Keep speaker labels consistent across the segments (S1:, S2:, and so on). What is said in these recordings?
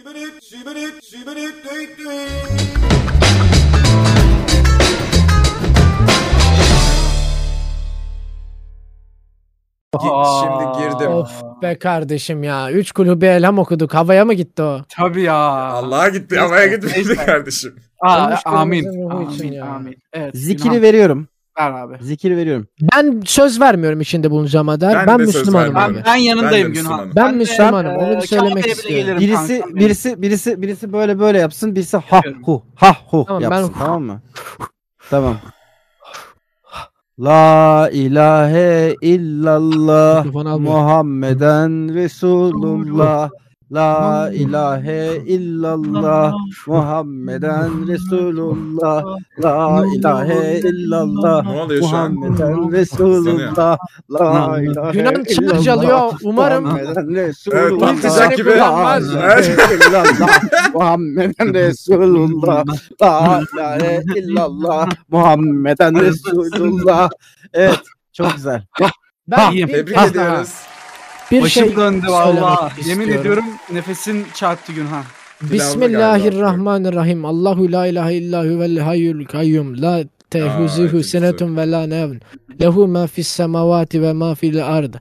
S1: Şibirik, şibirik, şibirik, düik düik.
S2: Gi- Şimdi girdim.
S3: Of be kardeşim ya. Üç kulübe elham okuduk. Havaya mı gitti o?
S4: Tabii ya.
S2: Allah'a gitti
S4: Neyse,
S2: havaya gitmedi
S4: neyse.
S2: kardeşim.
S4: Aa,
S3: Olmuş
S4: amin.
S3: kırmızı ruhu için
S4: Amin.
S3: ya.
S4: Amin. Evet.
S5: Zikiri
S4: İlhan,
S5: veriyorum.
S4: ver abi.
S5: Zikiri veriyorum.
S3: Ben söz vermiyorum içinde bulunacağım
S2: Ben
S3: Adar. Ben,
S2: de söz
S3: Müslümanım
S2: vermiyorum.
S3: abi.
S4: Ben, ben yanındayım
S2: Ben de
S4: Günhan.
S2: Müslümanım.
S3: Ben Müslümanım, onu
S4: eee,
S3: bir söylemek
S4: Kabe'ye bile
S3: istiyorum.
S4: gelirim
S5: Birisi
S4: kankam benim.
S5: birisi birisi birisi böyle böyle yapsın. Birisi ha
S4: Yapıyorum.
S5: hu ha hu
S3: Tamam, ben
S5: yapsın
S3: hu-
S5: tamam mı? Tamam. La ilahe illallah
S3: Mikrofonu almıyor.
S5: Muhammeden Resulullah La ilahe illallah Muhammeden Resulullah La ilahe illallah
S2: Ne oluyor şu an?
S5: Muhammeden Resulullah La ilahe illallah
S3: Günhan çınar çalıyor. Umarım
S5: Muhammeden
S2: Evet,
S5: Resulullah.
S2: tam tuzak gibi.
S5: La
S3: Kullanmaz.
S5: ilahe illallah. Muhammeden Resulullah. La ilahe illallah. Muhammeden Resulullah. Evet. Çok güzel.
S3: ben
S4: iyiyim.
S3: bir
S2: Tebrik
S3: kez daha
S2: ediyoruz.
S3: bir
S4: Başım
S3: şey
S4: döndü valla.
S3: söylemek
S4: Yemin
S3: istiyorum.
S4: ediyorum nefesin çarptı Günhan.
S3: Bismillahirrahmanirrahim. Allahu la ilahe illa huvel hayyul kayyum. La tehuzihu
S2: aleyküm
S3: senetun ve la nevn. Lehu ma fis semavati ve ma fil ard.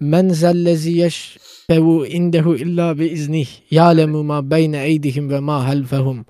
S3: Men zellezi yeşfevu indehu illa bi iznih. Ya'lemu ma beyne eydihim ve ma halfehum.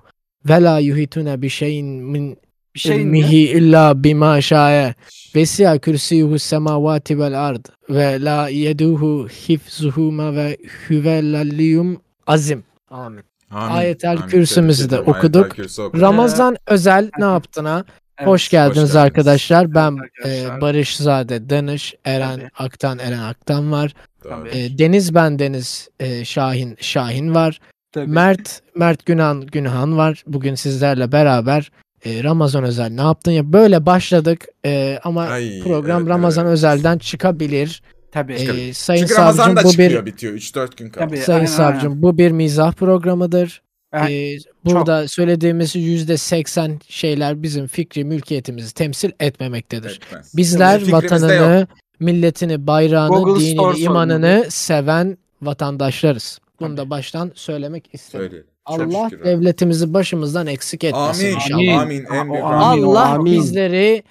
S3: Ve la yuhitune bi şeyin min
S4: Bir şey mi?
S3: ilmihi illa bima şa'e. Vesia kürsiyuhu semavati vel ard. Ve la yeduhu hifzuhuma ve hüvelalliyum azim. Amin.
S2: Amin.
S3: Ayetel
S2: Amin.
S3: Kürsümüzü de
S2: Tebrik ederim.
S3: okuduk.
S2: Ayetel Kürsü okuduk.
S3: Ramazan özel ne yaptın ha?
S4: Ee, Evet.
S3: hoş geldiniz
S2: geldiniz.
S3: arkadaşlar. Ben
S4: Evet arkadaşlar.
S3: e, Barış Zade Danış, Eren
S4: Tabii.
S3: Aktan, Eren Aktan var.
S2: Doğru.
S3: E, Deniz ben Deniz, e, Şahin Şahin var. Mert Mert Günan Günhan var. Bugün sizlerle beraber e, Ramazan özel ne yaptın ya? Böyle başladık e, ama
S2: Ay,
S3: program
S2: evet,
S3: Ramazan
S2: evet.
S3: özelden çıkabilir.
S4: Tabii.
S3: E,
S2: Çıkabilir.
S3: sayın
S2: Çünkü
S3: Savcım
S2: Ramazan da
S3: bu bir
S2: çıkıyor bitiyor. 3-4 gün kaldı.
S4: Tabii.
S3: Sayın
S4: Aynen,
S3: Savcım bu bir mizah programıdır.
S4: aynen. E,
S3: Ee, burada söylediğimiz yüzde seksen şeyler bizim fikri mülkiyetimizi temsil etmemektedir.
S2: Etmez.
S3: Bizler
S2: Bizim fikrimizde
S3: vatanını, milletini, bayrağını,
S4: Google
S3: dinini,
S4: Store sorunu.
S3: imanını seven vatandaşlarız. Bunu da baştan söylemek istedim.
S2: Söyleyelim. Çok
S3: Allah
S2: şükür.
S3: devletimizi başımızdan eksik etmesin
S2: Amin.
S3: inşallah.
S2: Amin.
S4: Amin.
S2: En büyük
S4: O-
S2: amin.
S4: o-
S5: Allah-
S4: amin.
S5: Amin.
S3: Bizleri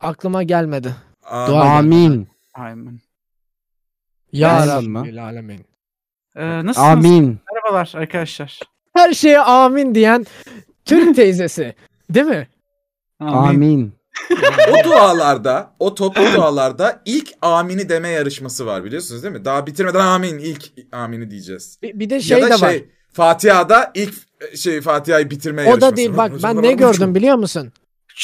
S3: aklıma gelmedi.
S2: Amin.
S3: Dua-
S5: Amin.
S4: Amin.
S3: Ya
S5: Amin mi?
S3: Rabbi alemin.
S4: Ee, nasılsınız?
S5: Amin.
S4: Merhabalar arkadaşlar.
S3: Her şeye amin diyen Türk teyzesi. Değil mi?
S5: Amin.
S2: o dualarda, o toplu dualarda ilk amini deme yarışması var biliyorsunuz değil mi? Daha bitirmeden amin ilk amini diyeceğiz.
S3: Bir, bir de şey
S2: ya
S3: de
S2: da
S3: var.
S2: şey Fatiha'da ilk şey Fatiha'yı bitirme
S3: O
S2: yarışması.
S3: da değil bak ben ne gördüm biliyor musun?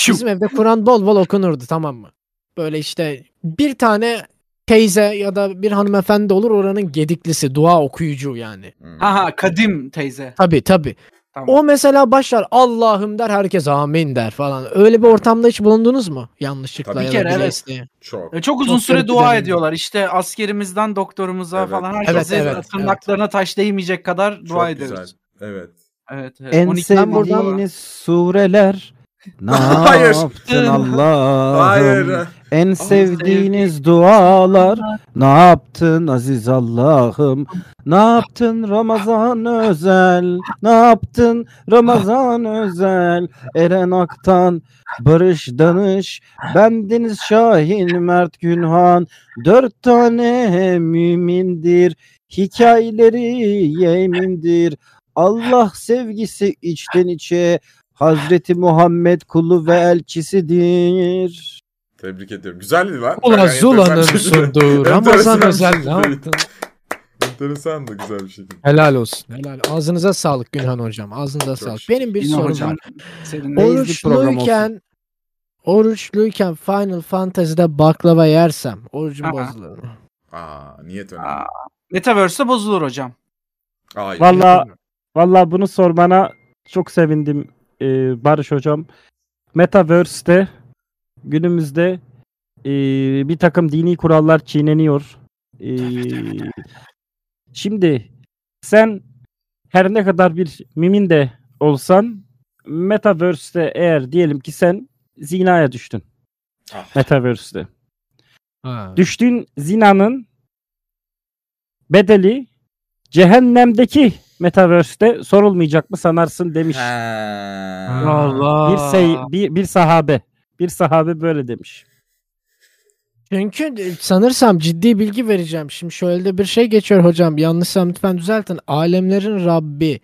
S3: Bizim evde Kur'an bol bol okunurdu tamam mı? Böyle işte bir tane teyze ya da bir hanımefendi olur oranın gediklisi dua okuyucu yani.
S2: Hmm,
S4: Aha Kadim teyze.
S3: Tabi tabi.
S4: Tamam.
S3: O mesela başlar Allah'ım der herkes amin der falan. Öyle bir ortamda hiç bulundunuz mu? Yanlışlıkla
S2: Tabii.
S3: ya
S4: Bir
S3: da
S4: kere, evet.
S3: bileştiği.
S2: Çok.
S4: E, Çok uzun
S3: Çok
S4: süre
S3: garip
S4: dua
S3: bir dönemdi.
S4: ediyorlar. İşte askerimizden doktorumuza
S2: Evet.
S4: falan
S2: Evet,
S4: herkese
S3: evet, evet.
S4: tırnaklarına taş değmeyecek kadar dua
S2: çok
S4: ediyoruz.
S2: güzel. Evet.
S4: Evet, evet.
S5: En
S4: 12 'den buradan-
S5: sevdiğiniz sureler. Ne
S2: Hayır.
S5: yaptın Allah'ım?
S2: Hayır.
S5: En sevdiğiniz dualar ne yaptın aziz Allah'ım? Ne yaptın Ramazan özel? Ne yaptın Ramazan özel? Eren Aktan, Barış Danış, bendeniz Şahin Mert Günhan. Dört tane mümindir, hikayeleri yemindir. Allah sevgisi içten içe, Hazreti Muhammed kulu ve elçisidir.
S2: Tebrik ediyorum. Güzeldi lan.
S3: Ula
S2: Yani
S3: Zula'nın
S2: enteresan bir şey.
S3: sunduğu
S2: Enteresan
S3: Ramazan
S2: bir
S3: özel
S2: şekilde.
S3: ne yaptın?
S2: Enteresan da güzel bir şeydi.
S3: Helal olsun. Helal. Ağzınıza sağlık Günhan hocam. Ağzınıza sağlık.
S2: şükür.
S3: Benim bir
S4: Yine
S3: sorum
S4: hocam,
S3: var.
S4: senin-
S5: Neydi program olsun?
S3: Oruçluyken oruçluyken Final Fantasy'de baklava yersem orucum
S4: Aha.
S3: bozulur mu?
S2: Aa niyet önemli.
S4: Aa, Metaverse'de bozulur hocam.
S2: Hayır.
S6: Valla valla bunu sormana çok sevindim e, Barış hocam. Metaverse'te günümüzde e, bir takım dini kurallar çiğneniyor. E, şimdi sen her ne kadar bir mimin de olsan Metaverse'te eğer diyelim ki sen zinaya düştün.
S2: Ah.
S6: Metaverse'te.
S3: Ha.
S6: Düştüğün zinanın bedeli cehennemdeki Metaverse'te sorulmayacak mı sanarsın demiş.
S2: He.
S4: Allah.
S6: Bir,
S3: şey,
S6: say, bir, bir sahabe. Bir sahabe böyle demiş.
S3: Çünkü e, sanırsam ciddi bilgi vereceğim. Şimdi şöyle de bir şey geçiyor hocam. Yanlışsam lütfen düzeltin. Alemlerin Rabbi.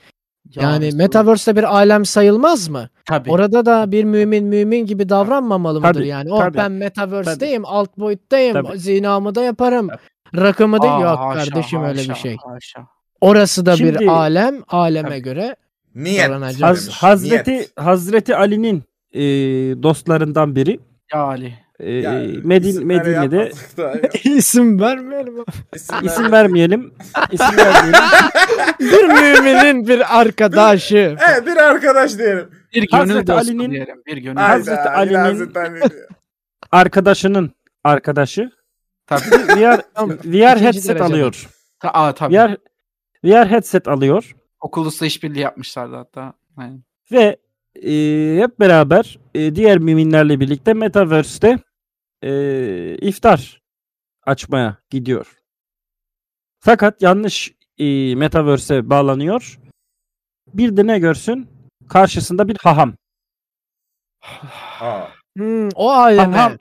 S3: Yani Metaverse'de bir alem sayılmaz mı?
S4: Tabii.
S3: Orada da bir mümin mümin gibi davranmamalı mıdır
S6: Tabii,
S3: yani? Oh
S6: tabii.
S3: ben Metaverse'deyim, alt boyuttayım,
S6: Tabii. Ah,
S3: zinamı da yaparım. Rakımı da
S4: Aa,
S3: yok
S4: haşa,
S3: kardeşim öyle bir
S4: haşa,
S3: şey.
S4: haşa.
S3: Orası da bir
S6: Şimdi-
S3: alem, aleme
S6: Tabii.
S3: göre.
S2: Niyet.
S6: Haz-
S3: Haz-
S2: demiş.
S6: Hazreti
S2: Niyet.
S6: Hazreti Ali'nin e, dostlarından biri
S4: Ya Ali.
S6: e,
S2: Ya,
S6: Medin,
S2: isimleri
S6: Medine'de
S2: yapmadık da ya.
S3: İsim vermeyelim.
S2: İsimler-
S6: isim vermeyelim. İsim vermeyelim.
S3: bir müminin bir arkadaşı.
S2: Evet bir arkadaş diyelim.
S4: Bir gönül
S6: Hazreti
S4: dostu
S6: Ali'nin-
S4: diyelim. Bir gönül
S6: Ay.
S4: dostu.
S6: Hazreti
S2: Hayda,
S6: Ali'nin-
S2: Hazreti Ali.
S6: Arkadaşının arkadaşı
S4: Tabii.
S6: VR, VR
S3: Tamam. İkinci
S6: headset
S3: derecede.
S6: alıyor.
S4: Ta- Aa, tabii.
S6: VR, VR headset alıyor
S4: Oculus'la işbirliği yapmışlardı hatta. Aynen.
S6: ve e, hep beraber e, diğer müminlerle birlikte Metaverse'te e, iftar açmaya gidiyor. Fakat yanlış e, Metaverse'e bağlanıyor. Bir de ne görsün? Karşısında bir haham.
S2: Aa,
S3: Hmm, o aleme.
S6: Haham.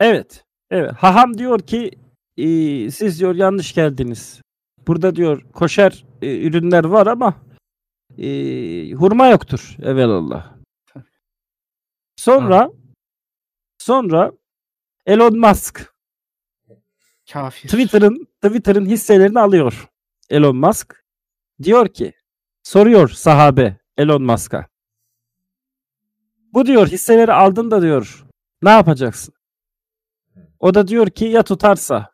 S6: Evet. Evet. Haham diyor ki e, siz diyor yanlış geldiniz. Burada diyor koşer e, ürünler var ama e, hurma yoktur evelallah. Sonra sonra Elon Musk
S4: Kafir.
S6: Twitter'ın Twitter'ın hisselerini alıyor. Elon Musk diyor ki soruyor sahabe Elon Musk'a. Bu diyor hisseleri aldın da diyor ne yapacaksın? O da diyor ki ya tutarsa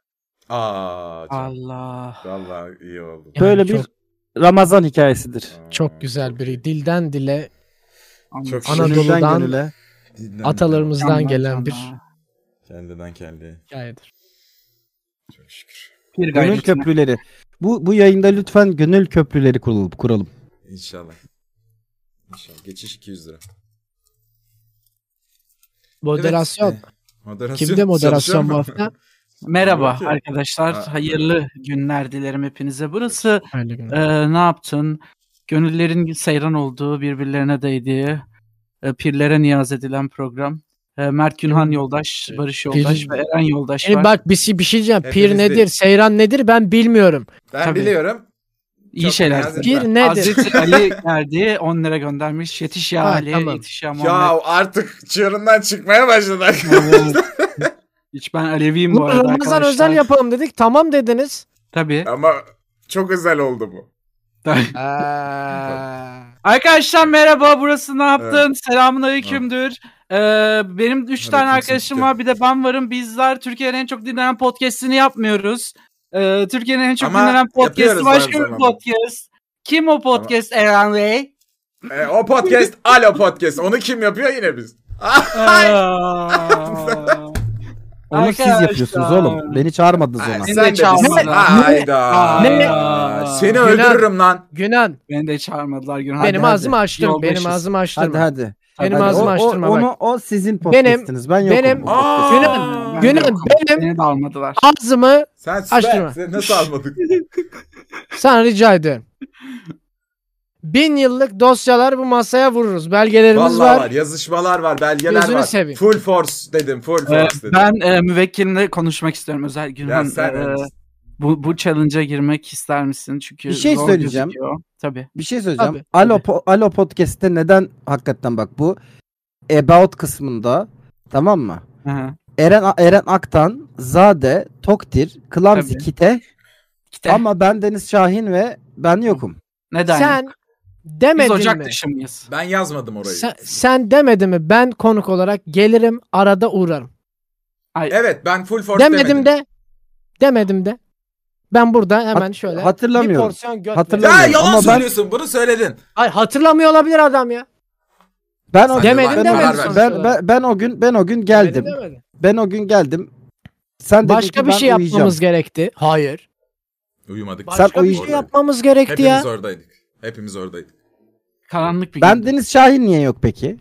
S2: aa, canım.
S4: Allah.
S2: Vallahi iyi oldu.
S3: Yani
S6: böyle
S3: çok-
S6: bir Ramazan hikayesidir.
S3: Çok güzel biri. Dilden dile
S4: Anladım.
S2: Çok
S3: Anadolu'dan-
S5: Gönülden gönüle.
S2: Dinlenme.
S3: atalarımızdan
S4: Yandan
S3: gelen bir
S4: yana.
S2: Kendinden kendi.
S3: hikayedir.
S2: Çok şükür.
S4: Bir
S5: Gönül
S4: gayretine.
S5: köprüleri. Bu bu yayında lütfen gönül köprüleri kuralım. kuralım.
S2: İnşallah. İnşallah. Geçiş 200 lira.
S3: Moderasyon.
S2: Evet. Moderasyon.
S3: Kimde
S2: Çalışıyor
S3: moderasyon
S2: mu?
S3: bu hafta?
S4: Merhaba
S2: Bakıyorum.
S4: arkadaşlar.
S2: Ha.
S4: Hayırlı günler dilerim hepinize. Burası
S3: Hayırlı günler.
S4: e, ne yaptın? Gönüllerin seyran olduğu, birbirlerine değdiği, e, pirlere niyaz edilen program. E, Mert Günhan Yoldaş, Barış Yoldaş
S3: Pir-
S4: ve Eren Yoldaş
S3: Şimdi
S4: var.
S3: bak bir şey, bir şey diyeceğim. Pir
S2: Hepimiz
S3: nedir?
S2: değil.
S3: Seyran nedir? Ben bilmiyorum.
S2: Ben
S4: Tabii.
S2: biliyorum.
S4: İyi
S2: Çok
S4: şeyler.
S2: niyaz
S3: Pir
S2: Ben-
S3: nedir?
S4: Hazreti Ali geldi 10 lira göndermiş. Yetiş ya
S3: Ha,
S4: Ali,
S3: tamam.
S4: yetiş ya Muhammed.
S2: Ya artık çığırından çıkmaya başladı.
S4: Hiç ben Aleviyim bu
S3: Bunu
S4: arada
S3: Ramazan
S4: arkadaşlar.
S3: özel yapalım dedik. Tamam dediniz.
S4: Tabii.
S2: Ama çok özel oldu bu.
S5: Ee,
S4: Arkadaşlar merhaba burası ne yaptın? Selamun
S2: Ha.
S4: aleykümdür. Ee, benim 3 tane
S2: Aleyküm
S4: arkadaşım
S2: selam.
S4: var bir de ben varım. Bizler Türkiye'nin en çok dinlenen podcastini yapmıyoruz. Ee, Türkiye'nin en çok
S2: Ama
S4: dinlenen
S2: yapıyoruz
S4: podcastı
S2: her
S4: başka bir
S2: zaman.
S4: podcast. Kim o podcast Eren Bey?
S2: E, o podcast alo podcast. Onu kim yapıyor yine biz.
S4: Aa.
S5: Onu siz
S4: Arkadaşlar.
S5: yapıyorsunuz oğlum. Beni çağırmadınız
S2: Ay,
S5: ona.
S4: Beni
S2: sen
S4: de
S2: de
S4: çağırmadılar.
S2: bizim- Hayda.
S4: Ne? Ne?
S2: Seni
S3: Gülen.
S2: öldürürüm lan.
S3: Günan
S4: Beni de çağırmadılar Günhan.
S3: benim
S5: hadi.
S3: ağzımı açtırma. Benim
S4: Yoldaşız.
S3: ağzımı
S5: Hadi
S3: açtırma.
S5: hadi.
S3: Benim
S5: hadi.
S3: ağzımı
S5: O- o-
S3: açtırma bak.
S5: onu, O sizin podcastiniz. ben yokum.
S3: benim-
S5: bu
S2: Aa!
S5: podcast'te.
S3: Gülen,
S4: Ben
S3: Gülen,
S4: yokum.
S3: benim-
S4: Beni de almadılar.
S3: Ağzımı
S2: Sen süper.
S3: Açtırma.
S2: Seni nasıl almadık?
S3: sana rica ediyorum. Bin yıllık dosyalar bu masaya vururuz. Belgelerimiz
S2: Vallahi
S3: var.
S2: var. yazışmalar var, belgeler
S3: Gözünü
S2: var.
S3: seveyim.
S2: Full force dedim, full force
S4: Ee,
S2: dedim.
S4: ben e, müvekkilimle konuşmak istiyorum özel
S2: ya
S4: Günhan.
S2: sen
S4: e, bu bu challenge'a girmek ister misin? Çünkü
S5: Bir şey
S4: zor
S5: söyleyeceğim.
S4: gözüküyor. Tabii.
S5: Bir şey söyleyeceğim.
S3: Tabii,
S5: Alo, po- Alo Podcast'te neden hakikaten bak bu about kısmında tamam mı?
S4: Hı hı.
S5: Eren Eren Aktan, Zade, Toktir, Clumsy
S4: Tabii.
S5: Kite
S4: Kite.
S5: ama ben Deniz Şahin ve ben yokum.
S4: Neden?
S3: Sen
S4: Biz
S3: demedin
S4: Ocak
S3: mi?
S4: dışı mıyız?
S2: Ben yazmadım orayı.
S3: Sen, sen demedin mi? Ben konuk olarak gelirim arada uğrarım.
S2: Evet, ben full force
S3: demedim de demedim de. Ben burada hemen
S5: Hat-
S3: şöyle
S5: hatırlamıyorum.
S3: bir porsiyon göt
S5: Hatırlamıyorum.
S2: Ya
S3: veriyorum.
S2: yalan
S5: Ama ben-
S2: söylüyorsun, bunu söyledin.
S3: Ay, hatırlamıyor olabilir adam ya.
S5: Ben o
S2: Demedin
S5: ben,
S2: demedin
S5: ben,
S2: sonuç
S5: ben,
S3: olarak.
S5: ben- ben o gün ben o gün geldim.
S3: Demedin, demedin.
S5: Ben o gün geldim. Sen dedin
S3: Başka
S5: ki
S3: bir
S5: ben
S3: şey yapmamız
S5: uyuyacağım.
S3: gerekti. Hayır.
S2: Uyumadık.
S3: Başka bir
S5: uyuyacaksın.
S3: şey yapmamız gerekti
S2: Hepimiz
S3: ya.
S2: oradaydık. Hepimiz oradaydık.
S4: Karanlık bir
S5: Ben
S4: gün.
S5: Deniz Şahin niye yok peki?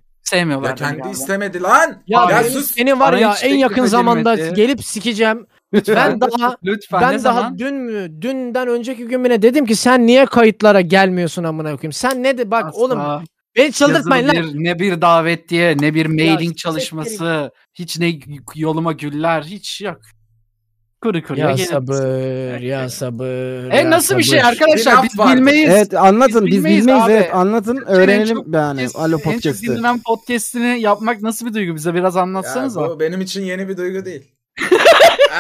S2: Ya
S4: sevmiyorlar. beni
S2: kendi
S4: galiba.
S2: istemedi lan.
S3: Ya,
S2: Ya
S3: benim,
S2: sus.
S3: senin var
S4: Bana
S3: ya
S4: hiç
S3: en
S4: teklif
S3: yakın zamanda
S4: edilmedi.
S3: gelip sikeceğim. Ben daha
S4: Lütfen ne
S3: ben daha
S4: zaman?
S3: dün mü dünden önceki gün bile dedim ki sen niye kayıtlara gelmiyorsun amına koyayım. Sen ne de bak
S4: Asla
S3: oğlum beni çıldırtmayın
S4: yazılı
S3: lan.
S4: bir, ne bir davet diye ne bir mailing
S3: siktir
S4: çalışması hiç ne yoluma güller hiç yok. Kuru kuruya
S3: Ya
S4: gelin.
S3: sabır ya sabır.
S4: E
S3: ya
S4: nasıl bir şey
S3: sabır.
S4: arkadaşlar
S2: laf
S4: biz
S2: vardı.
S4: bilmeyiz.
S5: Evet anlatın biz
S4: biz
S5: bilmeyiz,
S4: bilmeyiz abi.
S5: evet anlatın
S4: en
S5: öğrenelim
S4: çok
S5: yani Hani Alo
S4: En çok
S5: Podcast'ı.
S4: dinlenen podcast'ini yapmak nasıl bir duygu bize biraz anlatsanız
S2: bu benim için yeni bir duygu değil.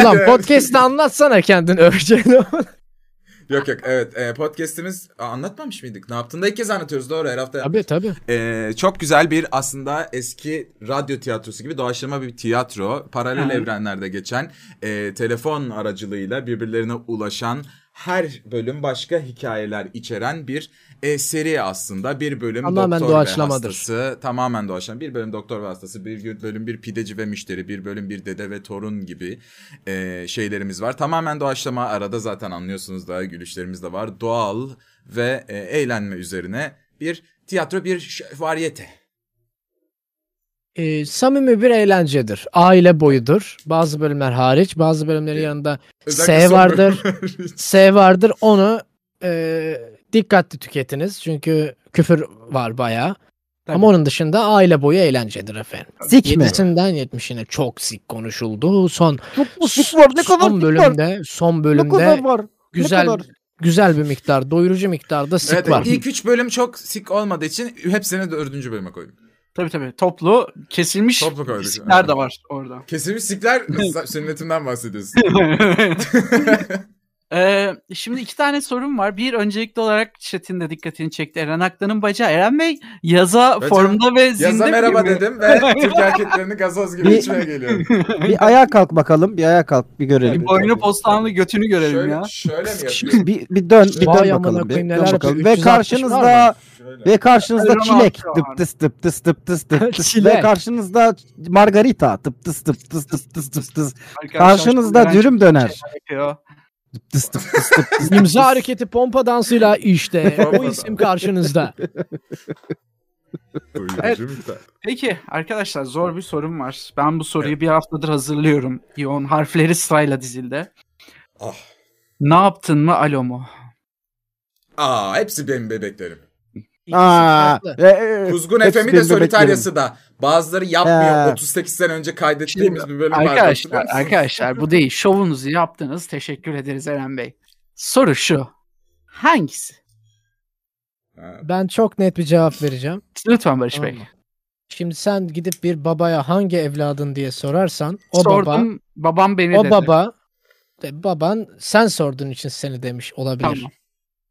S3: Ulan podcast'te anlatsana kendini öveceğini.
S2: yok yok evet e, podcastimiz Aa, anlatmamış mıydık? Ne yaptığında ilk kez anlatıyoruz doğru her hafta.
S3: tabii tabii.
S2: E, çok güzel bir aslında eski radyo tiyatrosu gibi doğaçlama bir tiyatro. Paralel
S4: Hı.
S2: evrenlerde geçen e, telefon aracılığıyla birbirlerine ulaşan her bölüm başka hikayeler içeren bir e, seri aslında. Bir bölüm
S3: Tamamen
S2: doktor
S3: doğaçlamadır.
S2: ve hastası. Tamamen doğaçlama. Bir bölüm doktor ve hastası. Bir bölüm bir pideci ve müşteri. Bir bölüm bir dede ve torun gibi e, şeylerimiz var. Tamamen doğaçlama. Arada zaten anlıyorsunuz da gülüşlerimiz de var. Doğal ve e, eğlenme üzerine bir tiyatro bir ş- varyete.
S3: Ee, samimi bir eğlencedir. Aile boyudur. Bazı bölümler hariç. Bazı bölümlerin yanında S
S2: son
S3: vardır.
S2: bölüm.
S3: S vardır. Onu e, dikkatli tüketiniz. Çünkü küfür var bayağı. Ama onun dışında aile boyu eğlencedir efendim.
S5: Sik mi?
S3: 7'sinden 70'ine çok sik konuşuldu. Son
S5: Çok mu sik var ne kadar
S3: son
S5: sik var?
S3: bölümde son
S5: Ne kadar
S3: bölümde
S5: var?
S3: güzel
S5: kadar?
S3: güzel bir miktar, doyurucu miktarda sik
S2: Evet,
S3: var.
S2: ilk üç bölüm çok sik olmadığı için hepsini dördüncü bölüme koydum.
S4: Tabii tabii. Toplu kesilmiş
S2: Toplu koyduk.
S4: isimler de var orada.
S2: Kesilmiş sikler sünnetimden bahsediyorsun.
S4: Ee, şimdi iki tane sorum var. Bir öncelikli olarak chat'in de dikkatini çekti. Eren Aklan'ın bacağı. Eren Bey yaza
S2: Bacağı-
S4: formda ve zinde
S2: Yaza
S4: mi
S2: merhaba
S4: girmiyor?
S2: dedim ve Türk erkeklerini gazoz gibi
S5: Bir-
S2: içmeye geliyorum.
S5: Bir ayağa kalk bakalım bir ayağa kalk bir görelim.
S4: Bir boynu postanlı götünü görelim
S2: şöyle,
S4: ya.
S2: şöyle mi yapıyorum?
S5: bir, bir dön bir
S3: Vay
S5: dön
S3: amına
S5: bakalım. Bir,
S3: koyayım,
S5: dön
S3: neler
S5: bakalım. Ve
S3: yapıyor? 360 var
S5: karşınızda
S2: Şöyle.
S5: ve karşınızda
S4: Kırmızı
S5: çilek.
S4: var.
S5: Tıp tıs tıp tıs tıp tıs tıp tıs. Ve
S3: Çilek.
S5: karşınızda margarita. Tıp tıs tıp tıs tıp tıs tıp tıs.
S2: şey.
S4: Arkadaşlar,
S5: Karşınızda
S4: Eren çok
S5: dürüm döner.
S4: şeyler yapıyor.
S5: Tıp tıs tıp tıs tıp tıs.
S3: İmza hareketi pompa dansıyla işte
S2: Pompa
S3: o isim karşınızda.
S4: Evet.
S2: Buyurun.
S4: Peki arkadaşlar zor bir sorum var. Ben bu soruyu bir haftadır hazırlıyorum. Yoğun harfleri sırayla dizildi.
S2: Ah.
S4: Ne yaptın mı alo mu?
S2: Aa hepsi benim bebeklerim.
S3: İkisi
S5: Aa,
S3: farklı.
S5: e, e,
S2: Kuzgun
S5: hepsi
S2: FM'i de
S5: benim
S2: Solitaryası da. Bazıları yapmıyor.
S5: Ee.
S2: 38 sene önce kaydettiğimiz bir bölüm var.
S4: Arkadaşlar
S2: hatırlıyor musun?
S4: arkadaşlar bu değil. Şovunuzu yaptınız. Teşekkür ederiz Eren Bey. Soru şu. Hangisi?
S2: Ha.
S3: Ben çok net bir cevap vereceğim.
S4: Lütfen Barış
S3: Tamam
S4: Bey.
S3: mı? Şimdi sen gidip bir babaya hangi evladın diye sorarsan o baba
S4: Sordum. babam beni
S3: o
S4: dedi.
S3: baba de baban sen sorduğun için seni demiş olabilir.
S4: Tamam.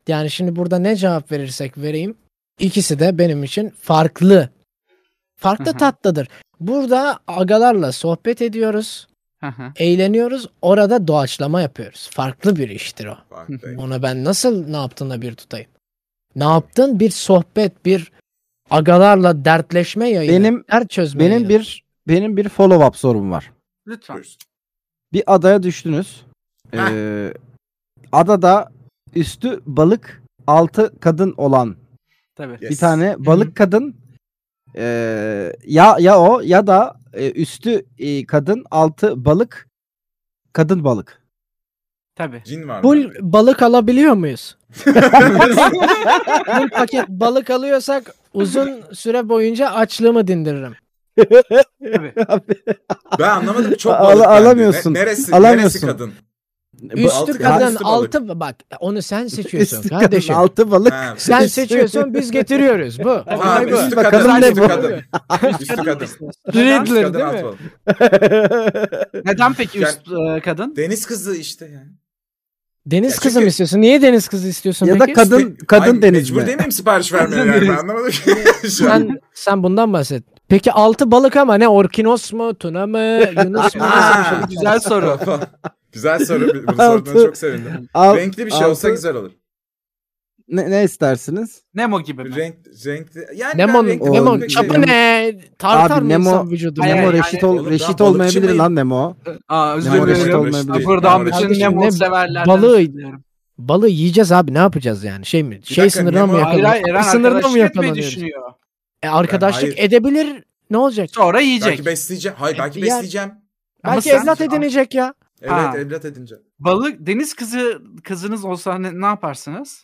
S3: Yani şimdi burada ne cevap verirsek vereyim ikisi de benim için farklı. Farklı
S4: Hı hı.
S3: tatlıdır. Burada agalarla sohbet ediyoruz,
S4: Hı hı.
S3: eğleniyoruz. Orada doğaçlama yapıyoruz. Farklı bir iştir o.
S2: Bak,
S4: Hı hı.
S3: Ona ben nasıl ne yaptığına bir tutayım. Ne yaptın? Bir sohbet, bir agalarla dertleşme yayını.
S5: Benim-
S3: dert çözme
S5: Benim
S3: yayını.
S5: bir benim bir follow up sorum var.
S4: Lütfen.
S2: buyursun.
S5: Bir adaya düştünüz.
S2: Heh.
S5: Ee, adada üstü balık, altı kadın olan
S4: Tabii.
S5: bir
S2: Yes.
S5: tane balık kadın eee, ya ya o ya da e, üstü e, kadın altı balık kadın balık.
S4: Tabii.
S2: Cin var.
S3: Full
S2: mı?
S3: balık alabiliyor muyuz? Full paket balık alıyorsak uzun süre boyunca açlığımı dindiririm.
S4: Tabii.
S2: Ben anlamadım. Çok
S5: Al-
S2: balık bende.
S5: alamıyorsun.
S2: Ne- neresi, neresi
S5: Alamıyorsun.
S2: kadın?
S3: Üstü
S2: altı-
S3: kadın
S2: üstü balık.
S3: altı bak onu sen seçiyorsun
S5: Üstü kadın
S3: kardeşim.
S5: altı balık.
S2: Şey Ha.
S3: Sen
S5: Üstü-
S3: seçiyorsun biz getiriyoruz bu.
S2: Tamam,
S3: Olay bu.
S2: üstü
S5: Bakalım
S2: kadın,
S5: ne
S2: üstü
S5: bu?
S2: kadın. Üstü kadın.
S3: Riddler,
S2: Üstü
S3: değil
S2: kadın alt
S3: mi?
S2: balık.
S4: Neden peki
S2: Yani-
S4: üst e, kadın?
S2: Deniz kızı işte yani.
S3: Deniz
S2: Ya
S3: kızı
S2: çünkü-
S3: mı istiyorsun? Niye deniz kızı istiyorsun
S5: ya da
S3: peki?
S5: kadın kadın
S2: Ay,
S5: deniz
S2: Mecbur
S5: mi?
S2: değil miyim sipariş vermeye yani? Ben anlamadım ki. Şu an.
S3: sen, sen bundan bahset. Peki altı balık ama ne? Orkinos mu? Tuna mı? Yunus mu? Nasıl bir şey?
S4: Güzel soru.
S2: güzel soru. Bunu
S5: Altı-
S2: sorduğuna çok sevindim.
S5: Al-
S2: Renkli bir şey olsa
S5: altı-
S2: güzel olur.
S5: ne, ne istersiniz?
S4: Nemo gibi mi?
S2: Renk, renkli. Yani ben
S3: Nemon,
S2: renkli
S3: Nemon
S2: balık- şey
S3: çapı ne? Tartar
S5: Abi,
S3: mı
S5: Nemo-
S3: insan vücudunu?
S4: Hayır,
S5: Nemo
S4: hayır,
S5: reşit
S2: hayır.
S5: ol
S2: Oğlum,
S5: reşit
S2: daha
S5: olmayabilir
S2: balıkçı
S5: lan Nemo.
S4: Aa özür
S5: Nemo reşit
S4: dilerim.
S5: olmayabilir.
S2: Değil,
S4: Buradan
S2: Nemo
S4: bütün
S3: reşit.
S4: Nemo
S3: Ne-
S4: severlerden
S3: balığı-
S4: özür dilerim.
S3: Balığı yiyeceğiz abi ne yapacağız yani? Şey mi? Şey
S2: dakika,
S3: sınırına
S2: Nemo-
S3: mı
S4: Hayır hayır Eren
S3: yakalanıyoruz? Sınırına
S4: arkadaşlık
S3: mı
S4: etmeyi
S3: yakalanıyoruz?
S4: düşünüyor.
S3: E, arkadaşlık
S2: Hayır.
S3: edebilir. Ne olacak?
S4: Sonra yiyecek.
S2: Belki besleyeceğim. Hayır belki
S3: Yani-
S2: besleyeceğim.
S4: Ama
S3: Belki
S4: sen-
S3: evlat edinecek ya.
S2: Evet
S4: Ha.
S2: evlat edince.
S4: Balık deniz kızı kızınız olsa ne, ne yaparsınız?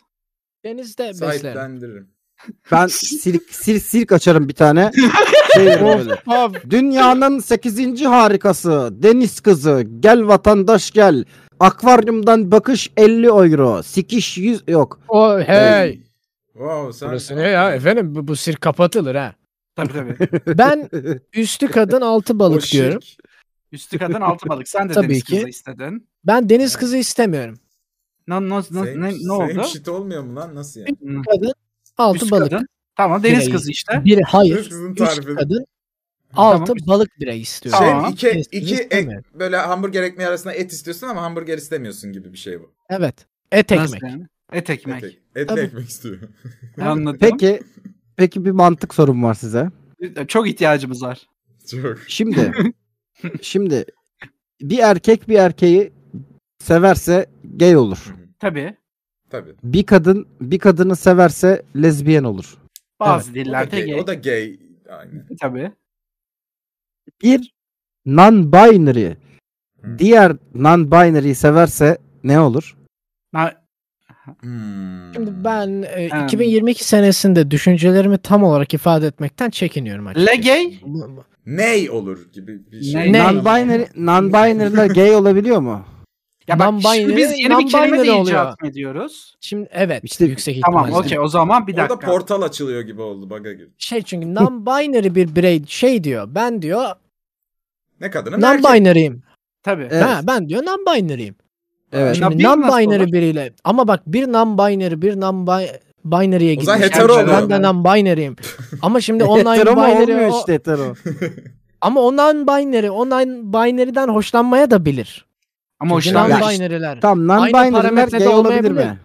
S3: Denizde besler.
S2: Sahiplendiririm.
S5: Ben sirk, sir, sirk açarım bir tane. Şey yerim böyle. Dünyanın 8. harikası deniz kızı gel vatandaş gel. Akvaryumdan bakış 50 euro. Sikiş 100 yok.
S3: O hey.
S2: Wow sen.
S3: Burası ne ya efendim bu, bu sirk kapatılır ha.
S4: Tabii tabii.
S3: Ben üstü kadın altı
S2: O
S3: balık
S2: şirk.
S3: diyorum.
S4: Üstü kadın altı balık. Sen de
S3: Tabii
S4: deniz
S3: ki.
S4: kızı istedin.
S3: Ben deniz kızı istemiyorum.
S4: No, no, no,
S2: Same-
S4: ne, ne
S2: same
S4: oldu?
S2: shit olmuyor mu lan nasıl yani?
S4: Hı,
S3: Kadın altı
S4: üstü
S3: balık.
S4: kadın. Tamam deniz
S3: Birey.
S4: kızı işte.
S3: Biri hayır.
S2: Deniz kızının
S3: Üç
S2: tarifi.
S3: kadın altı
S4: Tamam.
S3: balık bireyi istiyorum.
S2: Şey
S4: Aa,
S2: iki,
S3: deniz
S2: iki
S3: kızı
S2: ek-
S3: istemiyorum.
S2: böyle hamburger ekmeği arasında et istiyorsun ama hamburger istemiyorsun gibi bir şey bu.
S3: Evet. Et
S4: Nasıl
S3: ekmek.
S4: yani? Et ekmek.
S2: Et, et
S3: Tabii.
S2: ekmek istiyor.
S4: Anladım.
S5: Peki peki bir mantık sorum var size.
S4: Çok ihtiyacımız var.
S2: Çok.
S5: Şimdi şimdi bir erkek bir erkeği severse gay olur.
S4: Tabii.
S2: Tabii.
S5: Bir kadın bir kadını severse lezbiyen olur.
S4: Bazı
S2: O da,
S4: dillerde
S2: gay,
S4: gay.
S2: o da gay. Aynen.
S4: E, Tabii.
S5: Bir non-binary
S2: Hı.
S5: diğer non-binary'yi severse ne olur?
S4: Na-
S2: Hmm.
S3: Şimdi ben e,
S4: Hmm.
S3: 2022 senesinde düşüncelerimi tam olarak ifade etmekten çekiniyorum açıkçası.
S4: Legey?
S3: Bu- bu-
S2: Ney olur gibi bir şey.
S4: Ney? Ney?
S5: Non-binary non-binary'ler gay olabiliyor mu?
S4: Ya bak
S3: Non-binary-
S4: şimdi biz yeni bir kelime de
S3: non-binary oluyor.
S4: icat mı ediyoruz?
S3: Şimdi evet
S5: İşte-
S3: yüksek ihtimalle.
S4: Tamam okey o zaman bir
S2: Orada
S4: dakika.
S2: portal açılıyor gibi oldu baga gibi.
S3: Şey çünkü non-binary bir birey şey diyor. Ben diyor
S2: Ne kadını ne erkeği.
S3: non-binary'im.
S4: Tabii.
S5: Evet.
S3: Ha, ben diyor non-binary'im.
S5: Evet.
S4: Ya
S3: Şimdi
S4: bir nasıl
S3: non-binary
S4: olur?
S3: biriyle ama bak bir non-binary bir non-binary'e
S2: O
S3: gitmiş.
S2: zaman
S4: hetero
S3: Yani
S4: oluyor.
S3: ben de non-binary'im. ama şimdi online
S5: hetero mu
S3: binary
S5: olmuyor
S3: o-
S5: işte hetero.
S3: ama online binary online binary'den hoşlanmaya da bilir.
S4: Ama
S3: Çünkü
S5: hoşlanmıyor.
S4: hoşlanmış.
S3: non-binary'ler.
S5: Tam non-binary'ler
S3: parametrede
S5: gay olabilir
S3: olmayabilir.
S5: mi?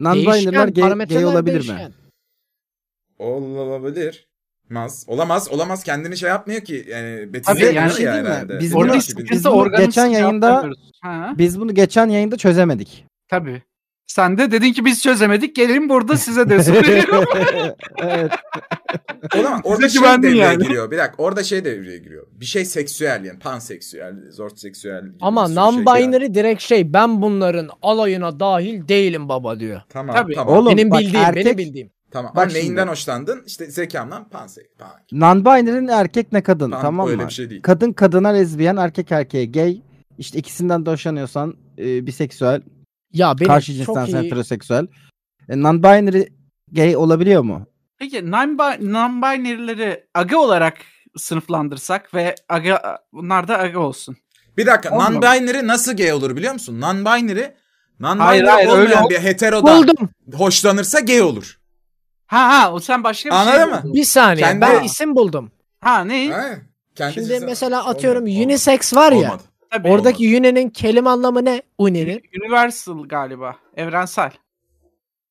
S5: Non-binary'ler
S3: Değişken,
S5: gay,
S3: parametreler
S5: gay olabilir mi?
S3: değişken.
S2: Olabilir. Mas. Olamaz. Olamaz. Kendini şey yapmıyor ki. Yani
S4: Tabii,
S2: betize ediyor
S4: yani
S2: yani,
S5: şey değil mi?
S2: herhalde. Oradaki
S5: Biz bunu-
S4: Orada
S2: bir-
S5: biz
S4: sıkıntı
S5: bunu
S4: organı
S5: geçen yayında-
S4: cevaplamıyoruz. Ha,
S5: Biz bunu geçen yayında çözemedik.
S4: tabii. Sen de dedin ki biz çözemedik. Gelelim burada size de söylüyorum.
S5: evet.
S2: Olamaz. Orada
S4: Bize
S2: şey
S4: güvendin
S2: devreye
S4: yani.
S2: giriyor. Bir dakika. Orada şey devreye giriyor. Bir şey seksüel yani. Panseksüel. Zortseksüel. gibi bir
S3: Ama
S2: sürü şey
S3: non-binary
S2: yani.
S3: direkt şey ben bunların alayına dahil değilim baba diyor.
S2: Tamam.
S4: Tabii.
S2: Tamam.
S5: Oğlum
S3: benim
S5: bak
S3: bildiğim,
S5: erkek
S3: benim bildiğim.
S2: Tamam.
S5: Bak
S2: Ama neyinden
S5: şimdi.
S2: hoşlandın? İşte zekamdan pansek. Pan.
S5: Non-binary'nin erkek ne kadın
S2: pan-
S5: tamam
S2: öyle
S5: mı?
S2: bir şey değil.
S5: Kadın kadına lezbiyen, erkek erkeğe gay. İşte ikisinden de hoşlanıyorsan e, biseksüel,
S3: Ya benim
S5: karşı
S3: çok
S5: cinsten
S3: iyi...
S5: heteroseksüel. E, non-binary gay olabiliyor mu?
S4: Peki non- non-binary'leri aga olarak sınıflandırsak ve aga bunlar da aga olsun.
S2: Bir dakika.
S4: Olmaz.
S2: Non-binary nasıl gay olur biliyor musun? Non-binary
S4: Hayır, hayır,
S2: Non-binary
S4: öyle
S2: olmayan
S4: ol-
S2: bir heterodan
S3: Buldum.
S2: hoşlanırsa gay olur.
S4: Ha ha o sen başka bir şey
S2: Anladın mı?
S4: buldun.
S3: Bir saniye.
S2: Kendi-
S3: Ben isim buldum.
S4: Ha ne?
S2: Ha, kendi
S3: Şimdi
S2: cinsi-
S3: mesela
S2: Olmadı,
S3: atıyorum
S2: olmadı.
S3: unisex var ya.
S2: Olmadı.
S4: Tabii.
S2: Orada-
S3: Oradaki uni'nin kelime anlamı ne? Uni'nin.
S4: Universal galiba. Evrensel.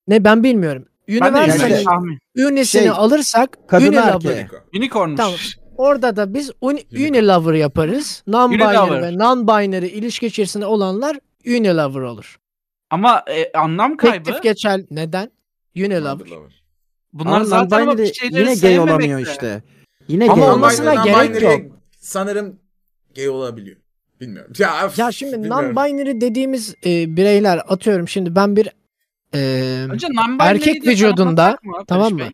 S3: Ne ben bilmiyorum.
S4: Ben de
S3: Universal'in
S4: yani
S5: Universal-
S4: tahmin.
S3: unisini
S5: Şey,
S3: alırsak
S5: kadın
S3: uni
S5: erkeğe.
S3: lover'ı.
S4: Unicornmuş.
S3: Tamam. Orada da biz un, uni lover yaparız.
S4: Unilover.
S3: Non-binary ve non-binary ilişki içerisinde olanlar uni lover olur.
S4: Ama e, anlam kaybı.
S3: Teklif geçer. Neden? Uni lover.
S4: Bunlar
S5: Ama
S4: zaten ama bir
S5: non-binary
S4: şeyleri
S5: yine gay
S4: sevmemekte.
S5: olamıyor işte. Yine
S3: Ama
S5: gay
S3: olmasına
S5: olamıyor.
S3: gerek
S2: non-binary'e
S3: yok.
S2: Sanırım gay olabiliyor. Bilmiyorum. Ya, öf,
S3: Ya şimdi
S2: bilmiyorum.
S3: non-binary dediğimiz e, bireyler atıyorum şimdi ben bir e,
S4: Önce non-binary'yi
S3: Erkek
S4: de
S3: vücudunda,
S4: tanımlasak mı Barış
S3: Tamam mı?
S4: Bey?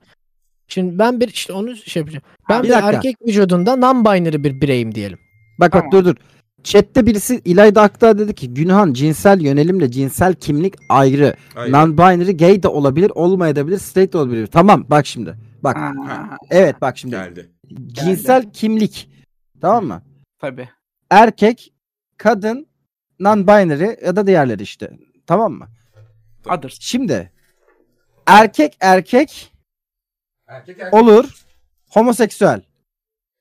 S3: Şimdi ben bir işte onu şey yapacağım. Ben
S5: bir
S3: bir,
S5: dakika.
S3: erkek vücudunda non-binary bir bireyim diyelim.
S5: Bak
S4: Tamam.
S5: bak dur dur. Chat'te birisi İlayda Aktağ dedi ki Günhan cinsel yönelimle cinsel kimlik ayrı.
S2: Hayır.
S5: Non-binary gay de olabilir, olmayabilir, straight de olabilir. Tamam bak şimdi. Bak.
S4: Ha,
S5: Evet bak şimdi.
S2: geldi.
S5: Cinsel kimlik. Tamam mı?
S4: tabii.
S5: Erkek, kadın, non-binary ya da diğerleri işte. Tamam mı?
S4: Others.
S5: Şimdi erkek erkek
S2: Erkek erkek.
S5: olur homoseksüel.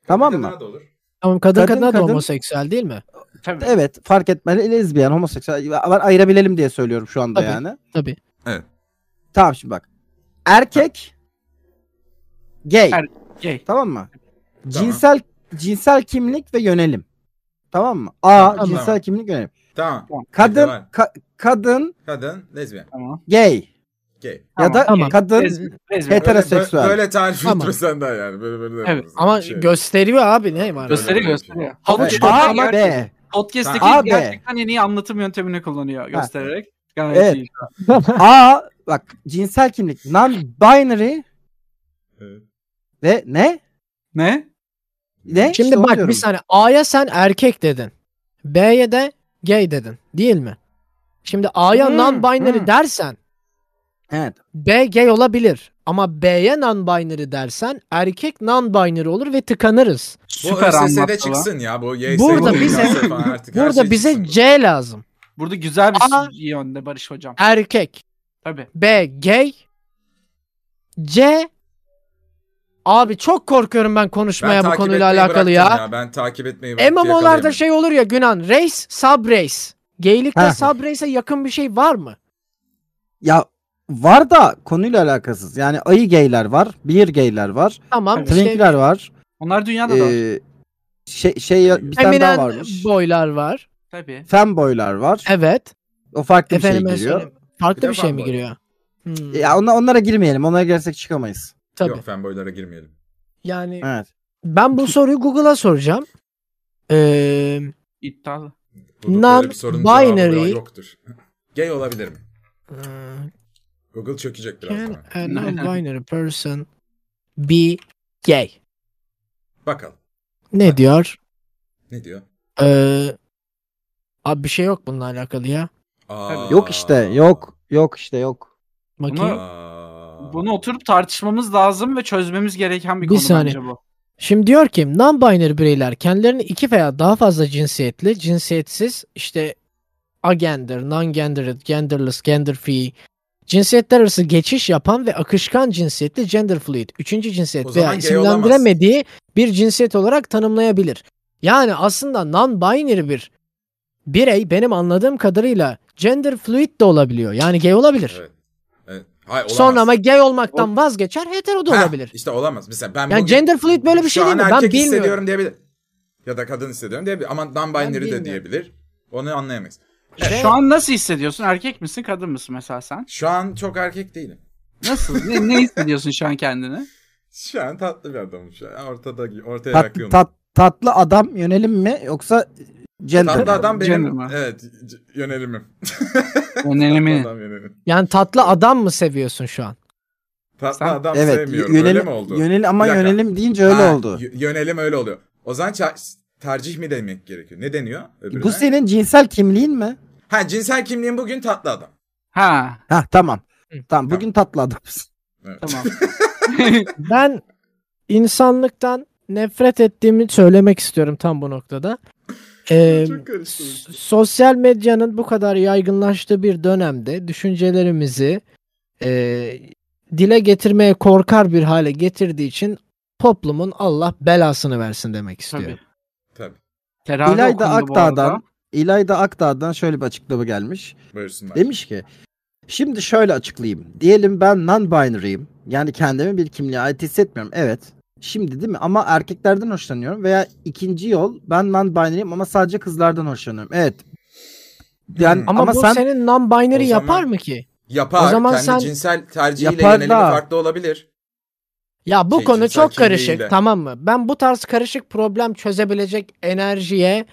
S5: Tamam
S2: Kadına
S5: mı?
S2: da olur.
S3: Tamam kadın,
S5: Kadın,
S3: kadına
S5: kadın.
S3: da homoseksüel değil mi?
S4: Tabii.
S5: Evet fark etmeli lezbiyen homoseksüel var ayırabilelim diye söylüyorum şu anda
S3: Tabii.
S5: yani.
S3: Tabii.
S2: Evet.
S5: Tamam şimdi bak. Erkek gay.
S4: Er- gay.
S5: Tamam mı? Cinsel cinsel kimlik ve yönelim. Tamam mı? A
S2: Tamam.
S5: cinsel kimlik yönelim.
S2: Tamam.
S5: Kadın
S2: Tamam.
S5: ka- kadın
S2: Kadın lezbiyen.
S5: gay
S2: Gay.
S4: Tamam,
S5: ya da
S3: tamam.
S5: kadın
S4: Lezbi- lezbi-
S5: Heter- Heteroseksüel.
S2: Böyle, böyle tarif
S3: Tamam.
S2: tamam. sen daha yani. Böyle, böyle
S4: Evet,
S2: yaparız.
S3: Ama
S2: Şey.
S3: gösteriyor abi ne var?
S2: Göster-
S4: gösteriyor gösteriyor.
S3: Havuç
S5: A
S4: Havuç
S5: ama
S4: yer-
S5: B.
S4: Podcast'teki
S5: Abi.
S4: gerçekten en iyi anlatım yöntemini kullanıyor göstererek. Gayet
S5: Evet.
S4: iyi.
S5: A bak cinsel kimlik non-binary
S2: Evet.
S5: ve ne?
S4: Ne?
S5: Ne?
S3: Şimdi
S5: İşte onu
S3: bak bir
S5: diyorum.
S3: saniye. A'ya sen erkek dedin. B'ye de gay dedin. Değil mi? Şimdi A'ya
S5: Hmm,
S3: non-binary
S5: hmm.
S3: dersen
S5: Evet.
S3: B gay olabilir. Ama B'ye non-binary dersen erkek non-binary olur ve tıkanırız.
S2: Bu
S4: Süper
S2: ÖSS'de
S4: anlattı lan.
S2: çıksın ya. Bu YS'de
S3: Burada
S4: bize-
S3: Burada
S2: şey
S3: bize C lazım.
S4: Burada güzel bir
S3: Aa.
S4: yönde Barış Hocam.
S3: Erkek.
S4: Tabii.
S3: B gay. C Abi çok korkuyorum ben konuşmaya bu konuyla alakalı ya.
S2: Ben takip etmeyi bıraktım.
S3: MMO'larda şey olur ya Günan. Race, subrace. Geylikte
S5: Ha.
S3: subrace'e yakın bir şey var mı?
S5: Ya var da konuyla alakasız. Yani ayı geyler var, bir geyler var,
S3: Tamam. işte
S5: twinkler var.
S4: Onlar dünyada da.
S5: ee, şey şey bir tane daha
S3: feminen
S5: varmış.
S3: boylar var.
S4: Tabii.
S5: Femboylar var.
S3: Evet.
S5: O farklı bir şey
S3: Efendime
S5: giriyor.
S3: söyleyeyim. Farklı
S2: Bir
S3: bir,
S2: de
S3: şey mi
S2: fanboy.
S3: giriyor? Hmm,
S5: Ya ona, onlara girmeyelim. Onlara girersek çıkamayız.
S3: tabii.
S2: Yok fanboylara girmeyelim.
S3: Yani
S5: Evet.
S3: ben bu soruyu Google'a soracağım. Ee,
S4: İddialı.
S2: Bunun
S3: Non-
S2: böyle bir sorunun cevabı
S3: binary-
S2: daha yoktur. Gay olabilir mi? Google çökecek biraz
S3: can
S2: sonra.
S3: a non-binary person be gay?
S2: Bakalım.
S3: Ne diyor?
S2: Ne diyor?
S3: Ee, abi bir şey yok bununla alakalı ya.
S2: Aa.
S5: Yok işte. Yok. Yok işte yok.
S3: Bakayım.
S4: Bunu-
S2: Aa.
S4: Bunu oturup tartışmamız lazım ve çözmemiz gereken bir,
S3: Bir
S4: konu
S3: saniye.
S4: bence bu.
S3: Şimdi diyor ki non-binary bireyler kendilerini iki veya daha fazla cinsiyetli, cinsiyetsiz, işte agender, non-gendered, genderless, gender free, cinsiyetler arası geçiş yapan ve akışkan cinsiyetli gender fluid, üçüncü
S2: O
S3: cinsiyet
S2: zaman
S3: veya
S2: gay
S3: isimlendiremediği bir cinsiyet olarak tanımlayabilir. Yani aslında non-binary bir birey benim anladığım kadarıyla gender fluid de olabiliyor. Yani gay olabilir.
S2: Evet. Evet. Hayır, olamaz.
S3: Sonra ama gay olmaktan vazgeçer hetero da
S2: Heh,
S3: olabilir.
S2: İşte olamaz. Mesela ben
S3: Yani
S2: bugün
S3: gender fluid böyle bir şey
S2: şu
S3: değil
S2: an
S3: mi? Ben
S2: erkek
S3: bilmiyorum.
S2: hissediyorum diyebilir. Ya da kadın hissediyorum diyebilir. Ama non-binary de
S3: bilmiyorum.
S2: diyebilir. Onu anlayamayız.
S3: Ve-
S4: Şu an nasıl hissediyorsun? Erkek misin, kadın mısın mesela sen?
S2: Şu an çok erkek değilim.
S4: Nasıl? ne, ne hissediyorsun şu an kendini?
S2: Şu an tatlı bir adamım şu an. Ortada, ortaya
S5: Tat,
S2: bakıyorum.
S5: tat, tatlı adam yönelim mi yoksa gender?
S2: tatlı adam benim
S4: Gender mi?
S2: evet c- yönelimim.
S4: Önemi.
S2: Tatlı adam yönelim.
S3: Yani tatlı adam mı seviyorsun şu an?
S2: Tatlı
S4: Sen-
S2: adam
S5: Evet.
S2: sevmiyorum.
S5: yönelim,
S2: öyle mi oldu?
S5: Yönelim ama
S2: Bir dakika.
S5: yönelim deyince öyle
S2: Ha,
S5: oldu.
S2: y- Yönelim öyle oluyor. O zaman ça- tercih mi demek gerekiyor? Ne deniyor? öbürüne?
S5: Bu senin cinsel kimliğin mi?
S2: Ha cinsel kimliğim bugün tatlı adam.
S4: Ha,
S5: Ha tamam.
S3: Hı.
S5: Tamam bugün tatlı adamsın.
S2: Evet.
S4: tamam.
S3: Ben insanlıktan nefret ettiğimi söylemek istiyorum tam bu noktada. Ee,
S2: Çok karıştı.
S3: s- sosyal medyanın bu kadar yaygınlaştığı bir dönemde düşüncelerimizi e, dile getirmeye korkar bir hale getirdiği için toplumun Allah belasını versin demek istiyorum.
S4: Tabii.
S2: Tabii.
S4: Terazi
S5: İlayda
S4: okundu bu
S5: Akdağ'dan-
S4: arada.
S5: İlayda Akdağ'dan şöyle bir açıklama gelmiş.
S2: Buyursunlar.
S5: Demiş ki şimdi şöyle açıklayayım. Diyelim ben non-binary'im. Yani kendimi bir kimliğe ait hissetmiyorum. Evet. Şimdi değil mi? Ama erkeklerden hoşlanıyorum. Veya ikinci yol ben non-binary'im ama sadece kızlardan hoşlanıyorum. Evet. Yani,
S2: Hmm.
S3: Ama,
S5: ama,
S3: bu
S5: sen
S3: senin non-binary
S2: O zaman-
S3: yapar mı ki?
S2: Yapar.
S3: O zaman
S2: Kendi
S3: sen-
S2: cinsel tercihiyle
S5: Yapar
S2: yönelimi
S5: da-
S2: farklı olabilir.
S3: Ya bu
S2: Şey,
S3: konu
S2: cinsel
S3: çok karışık
S2: kimliğiyle.
S3: tamam mı? Ben bu tarz karışık problem çözebilecek enerjiye,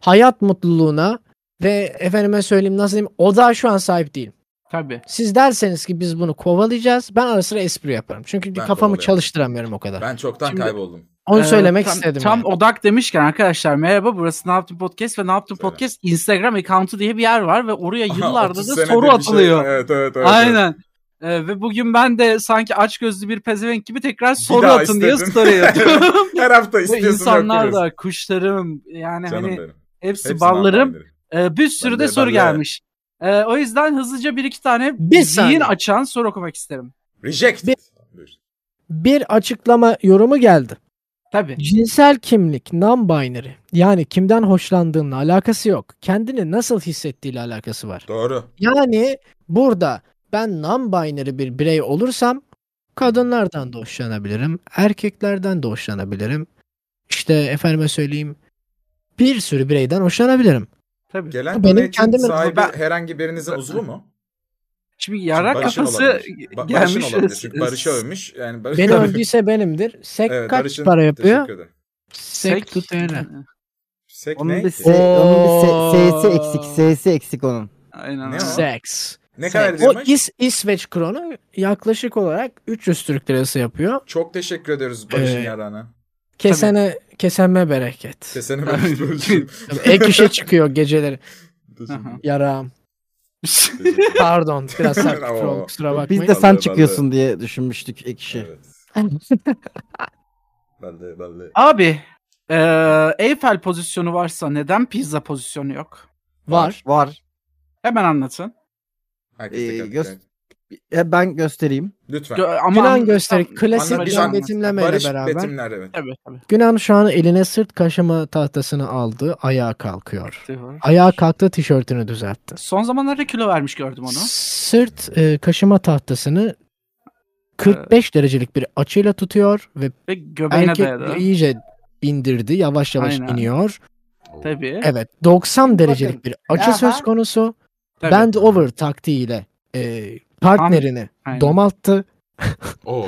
S3: hayat mutluluğuna ve efendime söyleyeyim nasıl diyeyim odağa şu an sahip değilim.
S4: Tabii.
S3: Siz derseniz ki biz bunu kovalayacağız ben ara sıra espri yaparım. Çünkü
S2: Ben
S3: kafamı
S2: kovalayamam.
S3: çalıştıramıyorum o kadar.
S2: Ben çoktan
S4: Şimdi-
S2: kayboldum.
S3: Onu
S4: Ee,
S3: söylemek
S4: tam,
S3: istedim.
S4: Tam
S3: yani.
S4: odak demişken arkadaşlar merhaba burası Ne Yaptın Podcast ve Ne Yaptın
S2: Söyle.
S4: Podcast Instagram account'u diye bir yer var ve oraya yıllardır
S2: 30
S4: da
S2: senedir
S4: soru
S2: bir şey-
S4: atılıyor.
S2: Evet evet evet. evet.
S4: Aynen. Ee, ve bugün ben de sanki aç gözlü bir pezevenk gibi tekrar soru
S2: daha
S4: atın diye
S2: istedim.
S4: story atıyorum.
S2: Her hafta
S4: ve
S2: istiyorsun
S4: insanlar
S2: okuyoruz.
S4: da kuşlarım yani
S2: Canım
S4: hani
S2: benim.
S4: hepsi,
S2: Hepsi
S4: ballarım.
S2: non-binary.
S4: Ee, bir sürü
S2: Ben
S4: de,
S2: de-
S4: soru
S2: ben de-
S4: gelmiş. Ee, o yüzden hızlıca bir iki tane
S3: Bir
S4: zihin
S3: saniye.
S4: açan soru okumak isterim.
S2: Reject.
S3: Bir-
S2: Buyur.
S3: Bir açıklama yorumu geldi.
S4: Tabii.
S3: Cinsel kimlik non-binary yani kimden hoşlandığınla alakası yok. Kendini nasıl hissettiğiyle alakası var.
S2: Doğru.
S3: Yani burada ben non-binary bir birey olursam kadınlardan da hoşlanabilirim, erkeklerden de hoşlanabilirim. İşte efendime söyleyeyim bir sürü bireyden hoşlanabilirim.
S4: Tabii.
S2: Gelen
S3: Benim
S2: benim
S3: kendimin-
S2: sahibi
S4: Ben-
S2: herhangi birinizin uzvu mu?
S4: Şimdi yara
S2: Barış'ın
S4: kafası
S2: olabilir. Ba- Barış'ın
S4: gelmiş.
S2: olabilir. Çünkü Barış'ı övmüş. Yani Barış...
S3: Beni
S2: Tabii.
S3: öldüyse benimdir. Sek
S2: Evet,
S3: kaç
S2: Barış'ın-
S3: para yapıyor?
S2: Teşekkür ederim.
S3: Sek tutayla.
S2: Sek
S6: Onun
S2: ne?
S6: bir
S5: Se- onun bir se- S'si eksik. S'si eksik onun.
S4: Aynen.
S2: Ne
S4: öyle.
S2: o?
S3: Sex.
S2: Ne kadar
S3: Sex. O
S2: demiş?
S3: İs İsveç kronu yaklaşık olarak 300 Türk lirası yapıyor.
S2: Çok teşekkür ediyoruz Barış'ın
S3: Ee,
S2: yarana.
S3: Kesene kesenme bereket.
S2: Kesene ben bölüşüm.
S3: Tabii Ek işe çıkıyor geceleri.
S4: Aha.
S3: Yarağım. Pardon biraz sert küfür oldu, kusura bakmayın.
S5: Biz de sen
S2: Vallahi
S5: çıkıyorsun diye düşünmüştük ekşi.
S2: evet. Ben de ben de.
S4: Abi e, Eiffel pozisyonu varsa neden pizza pozisyonu yok?
S3: Var.
S5: Var.
S4: Hemen anlatın.
S2: Herkes
S5: Ee,
S2: dikkat
S5: göz-
S2: edin.
S5: E, ben göstereyim.
S2: Lütfen.
S4: Gö- ama
S3: Günan
S4: anlatın.
S3: gösterik. Klasik
S2: Anlat-
S3: Günan
S2: Anlat-
S3: betimlemeyle
S2: Barış
S3: beraber.
S2: betimler evet.
S4: Evet tabii.
S3: Günan şu an eline sırt kaşıma tahtasını aldı. Ayağa kalkıyor.
S4: Diyor.
S3: Ayağa kalktı tişörtünü düzeltti.
S4: Son zamanlarda kilo vermiş gördüm onu.
S3: Sırt e, kaşıma tahtasını 45 derecelik bir açıyla tutuyor ve
S4: Ve göbeğine
S3: erkek
S4: dayadı.
S3: iyice indirdi. Yavaş yavaş
S4: Aynen.
S3: iniyor.
S4: Tabii.
S3: Evet 90 derecelik bir açı
S4: Aha.
S3: söz konusu.
S4: tabii.
S3: Bend over taktiğiyle e, partnerini
S4: Aynen.
S3: domalttı.
S2: Oo.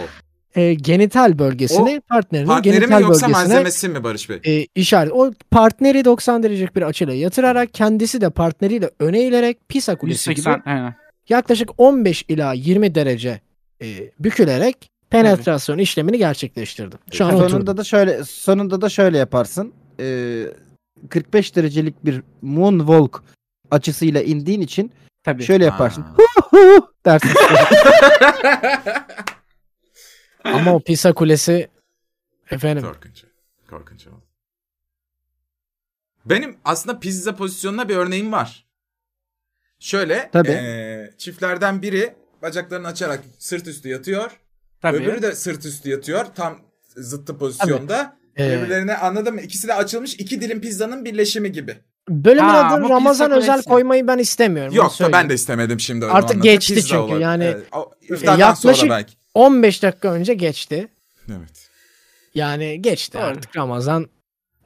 S3: E, genital bölgesini partnerinin
S2: Partneri mi
S3: genital
S2: yoksa
S3: bölgesine
S2: malzemesi mi Barış Bey?
S3: e, işaret. O partneri 90 derecelik bir açıyla yatırarak kendisi de partneriyle öne ilerek Pisa kulesi
S4: 180
S3: gibi
S4: aynen.
S3: yaklaşık 15 ila 20 derece e, bükülerek penetrasyon işlemini gerçekleştirdim. Şu an oturdu.
S5: Sonunda da şöyle sonunda da şöyle yaparsın. Ee, 45 derecelik bir moonwalk açısıyla indiğin için
S4: Tabii.
S5: şöyle yaparsın.
S2: Aa.
S5: Hu dersin.
S3: Ama o Pisa kulesi efendim
S2: Korkunç. Korkunç oldu. Benim aslında pizza pozisyonuna bir örneğim var. Şöyle
S5: Tabii.
S2: eee, çiftlerden biri bacaklarını açarak sırt üstü yatıyor.
S4: Tabii.
S2: Öbürü de sırt üstü yatıyor. Tam zıttı pozisyonda.
S3: e,
S2: Birbirlerine anladın mı? İkisi de açılmış iki dilim pizzanın birleşimi gibi.
S3: bölümün
S4: Aa,
S3: adını
S4: ama Pisa
S3: Ramazan
S4: kulesi.
S3: özel koymayı ben istemiyorum. onu
S2: Yok da
S3: söyleyeyim.
S2: ben de istemedim şimdi. onu
S3: Artık
S2: anlatayım.
S3: geçti çünkü
S2: olabilir.
S3: yani,
S2: Evet. O, iftardan
S3: yaklaşık-
S2: sonra belki.
S3: 15 dakika önce geçti.
S2: Evet.
S3: Yani geçti
S4: Doğru.
S3: artık Ramazan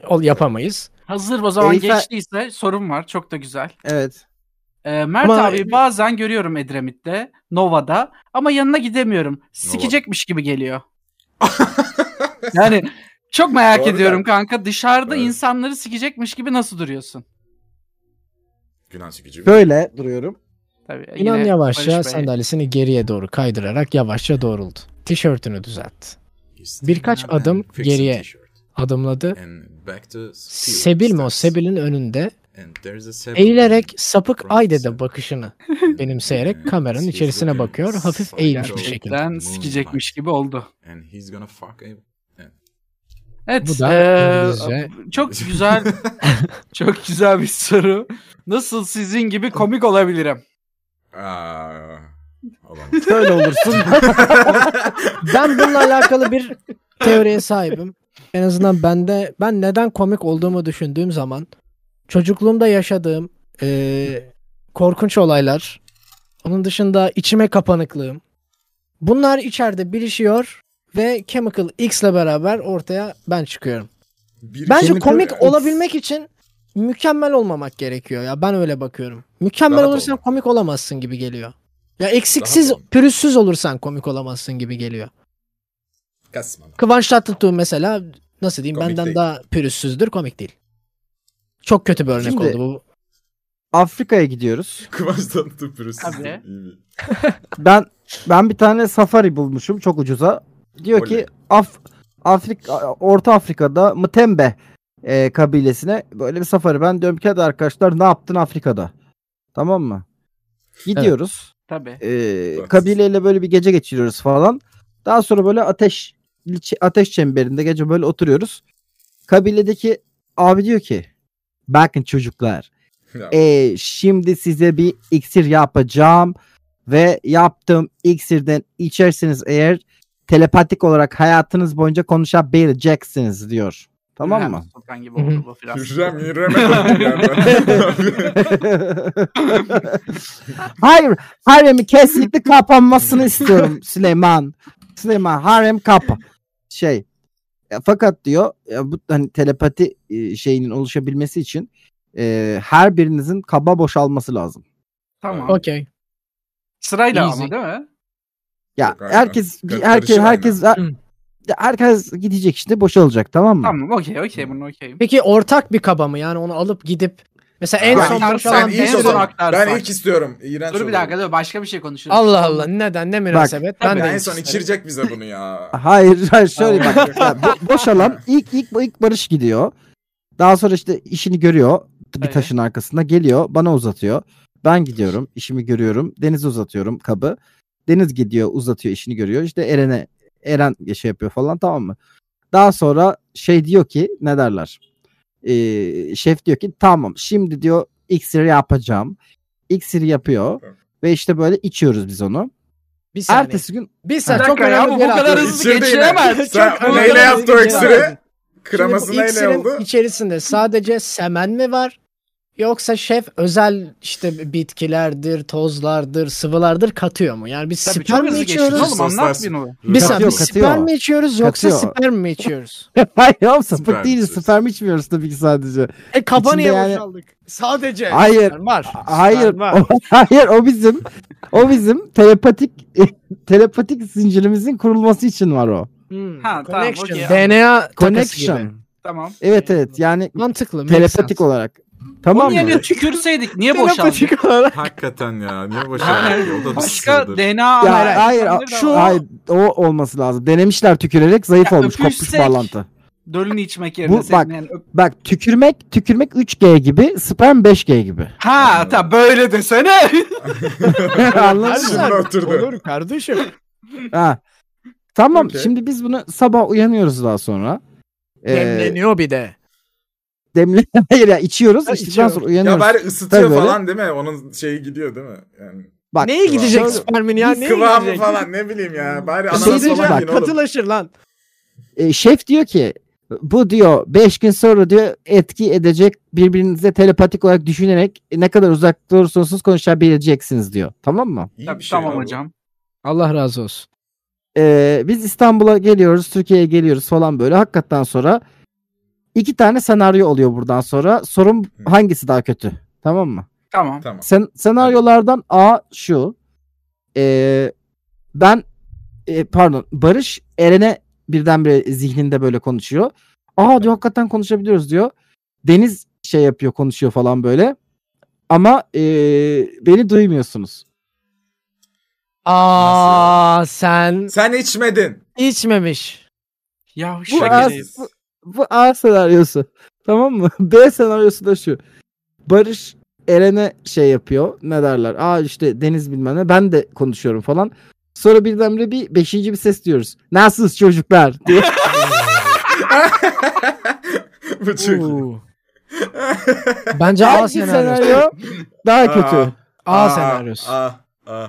S3: ol yapamayız.
S4: Hazır o zaman
S5: Eiffel-
S4: geçtiyse sorun var. Çok da güzel.
S5: Evet.
S4: Ee, Mert
S3: Ama-
S4: abi bazen görüyorum Edremit'te, Nova'da ama yanına gidemiyorum. Sikecekmiş gibi geliyor. yani çok merak
S2: Doğru
S4: ediyorum
S2: ya.
S4: kanka. Dışarıda
S2: Evet.
S4: insanları sikecekmiş gibi nasıl duruyorsun?
S2: Günah çekici. bir-
S5: Böyle duruyorum.
S4: Tabii.
S3: İnan
S4: yine
S3: yavaşça
S4: Barış Bey.
S3: sandalyesini geriye doğru kaydırarak yavaşça doğruldu. Tişörtünü düzeltti. Birkaç adım
S2: Fix the
S3: geriye.
S2: t-shirt.
S3: Adımladı.
S2: And back to steel
S3: Sebil mi o?
S2: steps.
S3: Sebil'in önünde
S2: And there's a Sebil.
S3: eğilerek sapık
S2: From
S3: ay
S2: Sebil.
S3: dede bakışını benimseyerek kameranın içerisine bakıyor. Hafif eğilmiş bir şekilde.
S4: Gerçekten sikecekmiş gibi oldu.
S2: And he's gonna fuck a-
S4: Evet.
S3: Bu da
S4: ee,
S3: İngilizce.
S4: çok güzel çok güzel bir soru. Nasıl sizin gibi komik olabilirim?
S2: Aa, olamaz.
S5: Şöyle olursun.
S3: Ben bununla alakalı bir teoriye sahibim. En azından bende ben neden komik olduğumu düşündüğüm zaman çocukluğumda yaşadığım eee, korkunç olaylar, onun dışında içime kapanıklığım. Bunlar içeride birleşiyor ve Chemical X'le beraber ortaya ben çıkıyorum.
S2: Bir
S3: Bence
S2: Chemical
S3: komik
S2: X.
S3: olabilmek için mükemmel olmamak gerekiyor ya ben öyle bakıyorum. Mükemmel
S2: Rahat
S3: olursan
S2: olmak.
S3: komik olamazsın gibi geliyor. Ya eksiksiz,
S2: olmak.
S3: pürüzsüz olursan komik olamazsın gibi geliyor.
S2: Kasma.
S3: Kıvanç Tatlıtuğ mesela nasıl diyeyim
S2: Komik
S3: benden
S2: değil.
S3: daha pürüzsüzdür komik değil. Çok kötü bir örnek
S5: Şimdi-
S3: oldu bu.
S5: Afrika'ya gidiyoruz.
S2: Kıvançtan tıpırız.
S4: Tabii.
S5: Ben ben bir tane safari bulmuşum çok ucuza. Diyor
S2: Oley.
S5: ki Af Afrika Orta Afrika'da Mtembe e, kabilesine böyle bir safari. Ben diyorum ki hadi arkadaşlar ne yaptın Afrika'da? Tamam mı? Gidiyoruz.
S4: Tabii.
S5: e,
S2: Bak.
S5: kabileyle böyle bir gece geçiriyoruz falan. Daha sonra böyle ateş ateş çemberinde gece böyle oturuyoruz. Kabiledeki abi diyor ki bakın çocuklar e, şimdi size bir iksir yapacağım ve yaptığım iksirden içerseniz eğer telepatik olarak hayatınız boyunca konuşabileceksiniz diyor. Tamam mı?
S4: Sultan gibi
S3: Hı hı.
S4: oldu bu filan.
S2: Hürrem yürüyemem.
S5: Hayır, haremi kesinlikle kapanmasını istiyorum Süleyman. Süleyman harem kapa. Şey. e, fakat diyor e, bu hani telepati e, şeyinin oluşabilmesi için e, her birinizin kaba boşalması lazım.
S4: Tamam.
S3: Okey.
S4: Sırayla
S3: Easy.
S4: ama değil mi?
S5: Ya
S2: Yok, aynen.
S5: herkes
S2: Kar-
S5: herkes
S2: karışır
S5: herkes
S3: aynen.
S5: herkes gidecek işte boşalacak tamam mı?
S4: Tamam okey okey bunu okeyim.
S3: Peki ortak bir kaba mı? Yani onu alıp gidip mesela en
S2: Ben-
S3: son
S4: sen-
S3: boşalan
S2: Sen ilk
S4: en son
S2: olan-
S4: aktarsan.
S2: Ben ilk istiyorum. İğrenç
S4: Dur bir
S2: oldu.
S4: dakika dur başka bir şey konuşuruz.
S3: Allah Allah neden ne münasebet?
S4: Bak,
S3: ben
S2: Ya
S3: de
S2: en
S3: ilk
S2: son
S3: isterim.
S2: içirecek bize bunu ya.
S5: Hayır, hayır şöyle bak. Ya bo- boş alan ilk ilk ilk Barış gidiyor. Daha sonra işte işini görüyor bir
S4: Evet.
S5: taşın arkasında geliyor bana uzatıyor. Ben gidiyorum işimi görüyorum Deniz'e uzatıyorum kabı. Deniz gidiyor uzatıyor işini görüyor işte Eren'e Eren şey yapıyor falan tamam mı? Daha sonra şey diyor ki ne derler? Ee, şef diyor ki tamam şimdi diyor iksiri yapacağım. İksiri yapıyor ve işte böyle içiyoruz biz onu.
S3: Bir saniye.
S5: Ertesi gün
S3: Bir
S4: Bir
S3: saniye. Çok
S4: dakika ya,
S3: önemli
S4: bu
S3: bir
S4: kadar
S3: atladım.
S4: hızlı
S2: İçirdi yine.
S4: geçiremez.
S2: Sen
S4: Çok-
S2: neyle yaptı
S5: şey.
S2: o
S3: geçiremez.
S2: iksiri?
S3: Şimdi bu
S2: Kreması neyle
S3: iksirin
S2: oldu?
S3: içerisinde sadece semen mi var? Yoksa şef özel işte bitkilerdir, tozlardır, sıvılardır katıyor mu? Yani biz
S4: Tabii
S3: sperm
S4: çok
S3: mi
S4: hızlı geçiyoruz
S3: içiyoruz?
S4: oğlum anlat bir onu.
S3: Bir saniye
S5: Katıyor,
S3: biz
S5: katıyor.
S3: sperm mi içiyoruz yoksa
S5: Katıyor.
S3: sperm mi içiyoruz?
S5: Hayır oğlum
S2: Sperm
S5: sıfır değil
S3: şey.
S2: içiyoruz.
S5: sperm içmiyoruz tabii ki sadece.
S3: E kaba niye
S5: İçinde yani-
S3: boşaldık? Sadece.
S5: Hayır.
S3: sperm Var.
S5: Hayır,
S3: Sperm var.
S5: o, hayır o bizim o bizim telepatik telepatik zincirimizin kurulması için var o.
S3: Hmm,
S4: Ha, tamam,
S3: Connection.
S4: okey.
S3: DNA takası gibi.
S5: Connection.
S4: Tamam.
S5: Evet evet yani
S3: Mantıklı. makes
S5: telepatik
S3: sense.
S5: olarak.
S4: Tamam
S5: Tamam
S4: niye
S5: mı?
S4: niye tükürseydik niye boşaldık?
S3: Telepatik olarak.
S2: Hakikaten ya. Niye
S4: Yani
S2: boşanıyor? O da bir
S4: Başka
S2: sırdır.
S4: DNA
S5: Ya,
S4: hayır,
S5: hayır,
S4: şu
S5: Hayır o olması lazım. Denemişler tükürerek zayıf
S4: Ya,
S5: olmuş kopmuş
S4: öpüşsek-
S5: bağlantı.
S4: dölünü içmek yerine
S5: Bu-
S4: senin
S5: bak.
S4: yani öp-
S5: Bak tükürmek tükürmek 3G gibi sperm 5G gibi.
S4: Ha tamam böyle desene.
S5: Anladın mı?
S3: Ersan,
S2: oturdu.
S3: Olur kardeşim.
S5: Ha. Tamam
S2: Okey.
S5: şimdi biz bunu sabah uyanıyoruz daha sonra. Ee,
S3: Demleniyor bir de.
S5: demle- hayır ya içiyoruz.
S3: Ha,
S5: içtikten sonra
S2: Ya
S5: uyanıyoruz.
S2: bari ısıtıyor
S5: Tabii öyle.
S2: falan değil mi? Onun şeyi gidiyor değil mi? Yani
S5: Bak,
S3: Neye gidecek
S5: şöyle-
S3: spermin ya? Neye
S2: kıvamı
S3: gidecek?
S2: falan ne bileyim ya. Bari
S5: Bir şey
S2: ananas
S5: diyeceğim,
S2: falan yiyin oğlum.
S3: Katılaşır lan.
S5: E, şef diyor ki bu diyor 5 gün sonra diyor etki edecek birbirinize telepatik olarak düşünerek ne kadar uzak durursanız konuşabileceksiniz diyor. Tamam mı?
S2: İyi
S4: Tabii,
S2: bir şey
S4: tamam
S2: ya bu.
S4: hocam.
S3: Allah razı olsun.
S5: E, biz İstanbul'a geliyoruz, Türkiye'ye geliyoruz falan böyle. Hakikaten sonra iki tane senaryo oluyor buradan sonra. Sorun
S2: Hı.
S5: hangisi daha kötü? Tamam mı?
S4: Tamam.
S2: Tamam.
S5: Sen, senaryolardan A şu. E, ben e, pardon Barış Eren'e birdenbire zihninde böyle konuşuyor. Aa diyor hakikaten konuşabiliyoruz diyor. Deniz şey yapıyor konuşuyor falan böyle. Ama e, beni duymuyorsunuz.
S3: Aa sen
S2: Sen içmedin.
S3: içmemiş.
S4: Ya
S5: Bu
S4: şaka
S5: az-
S4: değil.
S5: bu- Bu A senaryosu. Tamam mı? B senaryosu da şu. Barış Eren'e şey yapıyor. Ne derler? Aa işte Deniz bilmem ne. Ben de konuşuyorum falan. Sonra birdenbire bir beşinci bir ses diyoruz. Nasılsınız çocuklar? diye.
S2: Bu çok iyi.
S3: Oo. Bence A
S5: Hangi
S3: senaryosu.
S5: senaryo daha
S2: Aa.
S5: kötü?
S3: A senaryosu.
S2: Aa, aa,